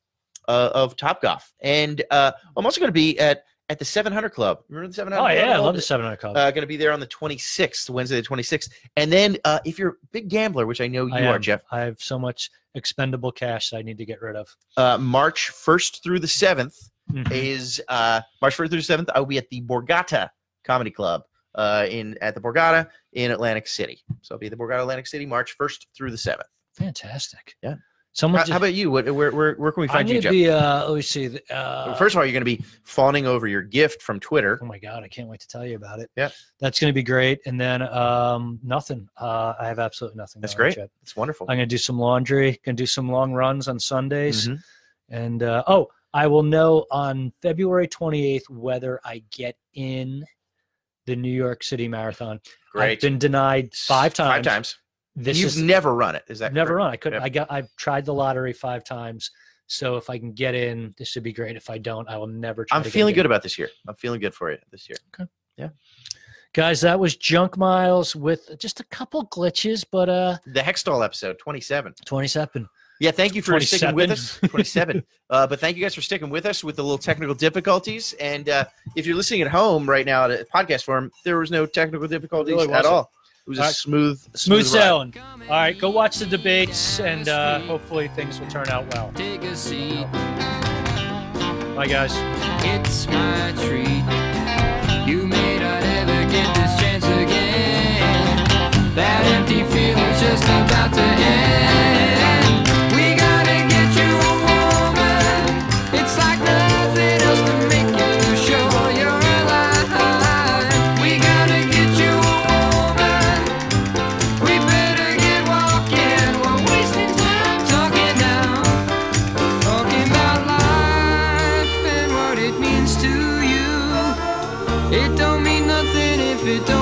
Speaker 2: uh, of Top Golf, and uh, I'm also going to be at at the 700 Club. Remember the 700?
Speaker 1: oh yeah, I
Speaker 2: Club?
Speaker 1: love the seven hundred club.
Speaker 2: Uh, going to be there on the 26th, Wednesday the 26th, and then uh, if you're a big gambler, which I know you
Speaker 1: I
Speaker 2: are,
Speaker 1: am.
Speaker 2: Jeff,
Speaker 1: I have so much expendable cash that I need to get rid of.
Speaker 2: uh, March 1st through the 7th,
Speaker 1: Mhm.
Speaker 2: is uh, March 4th through 7th. I'll be at the Borgata Comedy Club uh, in at the Borgata in Atlantic City. So I'll be at the Borgata Atlantic City March 1st through the 7th.
Speaker 1: Fantastic.
Speaker 2: Yeah.
Speaker 1: Someone
Speaker 2: How,
Speaker 1: just,
Speaker 2: how about you? What, where, where, where can we
Speaker 1: I'm
Speaker 2: find you,
Speaker 1: gonna
Speaker 2: Jeff?
Speaker 1: be. Uh, let me see. the- Uh,
Speaker 2: Well, First of all, you're going to be fawning over your gift from Twitter.
Speaker 1: Oh my god, I can't wait to tell you about it.
Speaker 2: Yeah.
Speaker 1: that's going to be great. And then um, nothing. Uh, I have absolutely nothing.
Speaker 2: That's
Speaker 1: going on
Speaker 2: great.
Speaker 1: yet.
Speaker 2: It's wonderful.
Speaker 1: I'm going to do some laundry. Going to do some long runs on Sundays.
Speaker 2: Mhm.
Speaker 1: And uh, oh, I will know on February 28th whether I get in the New York City Marathon. I've
Speaker 2: Great.
Speaker 1: been denied five times.
Speaker 2: Five times.
Speaker 1: This
Speaker 2: You've
Speaker 1: is
Speaker 2: never run it. Is that
Speaker 1: never
Speaker 2: correct?
Speaker 1: run. I couldn't.
Speaker 2: Yep.
Speaker 1: I got. I've tried the lottery five times. So if I can get in, this should be great. If I don't, I will never. Try
Speaker 2: I'm
Speaker 1: to get
Speaker 2: feeling
Speaker 1: again.
Speaker 2: good about this year. I'm feeling good for it this year.
Speaker 1: guys. That was Junk Miles with just a couple glitches, but uh,
Speaker 2: The Hextall episode 27.
Speaker 1: 27.
Speaker 2: Yeah, thank you for sticking with us.
Speaker 1: 27.
Speaker 2: 27. uh, but thank you guys for sticking with us with the little technical difficulties. And uh, if you're listening at home right now at a podcast form, there was no technical difficulties
Speaker 1: Really
Speaker 2: at
Speaker 1: wasn't.
Speaker 2: all. It was a
Speaker 1: All right.
Speaker 2: smooth,
Speaker 1: Smooth
Speaker 2: ride.
Speaker 1: sailing. All right, go watch the debates, and uh, hopefully things will turn out well.
Speaker 3: Take a seat.
Speaker 1: Bye, guys.
Speaker 3: It's my treat. You may not ever get this chance again. That empty feeling's just about to end. We gotta get you a woman. It's like nothing else to make you sure you're alive. We gotta get you a woman. We better get walking. We're wasting time talking now talking about life and what it means to you. It don't mean nothing if it don't.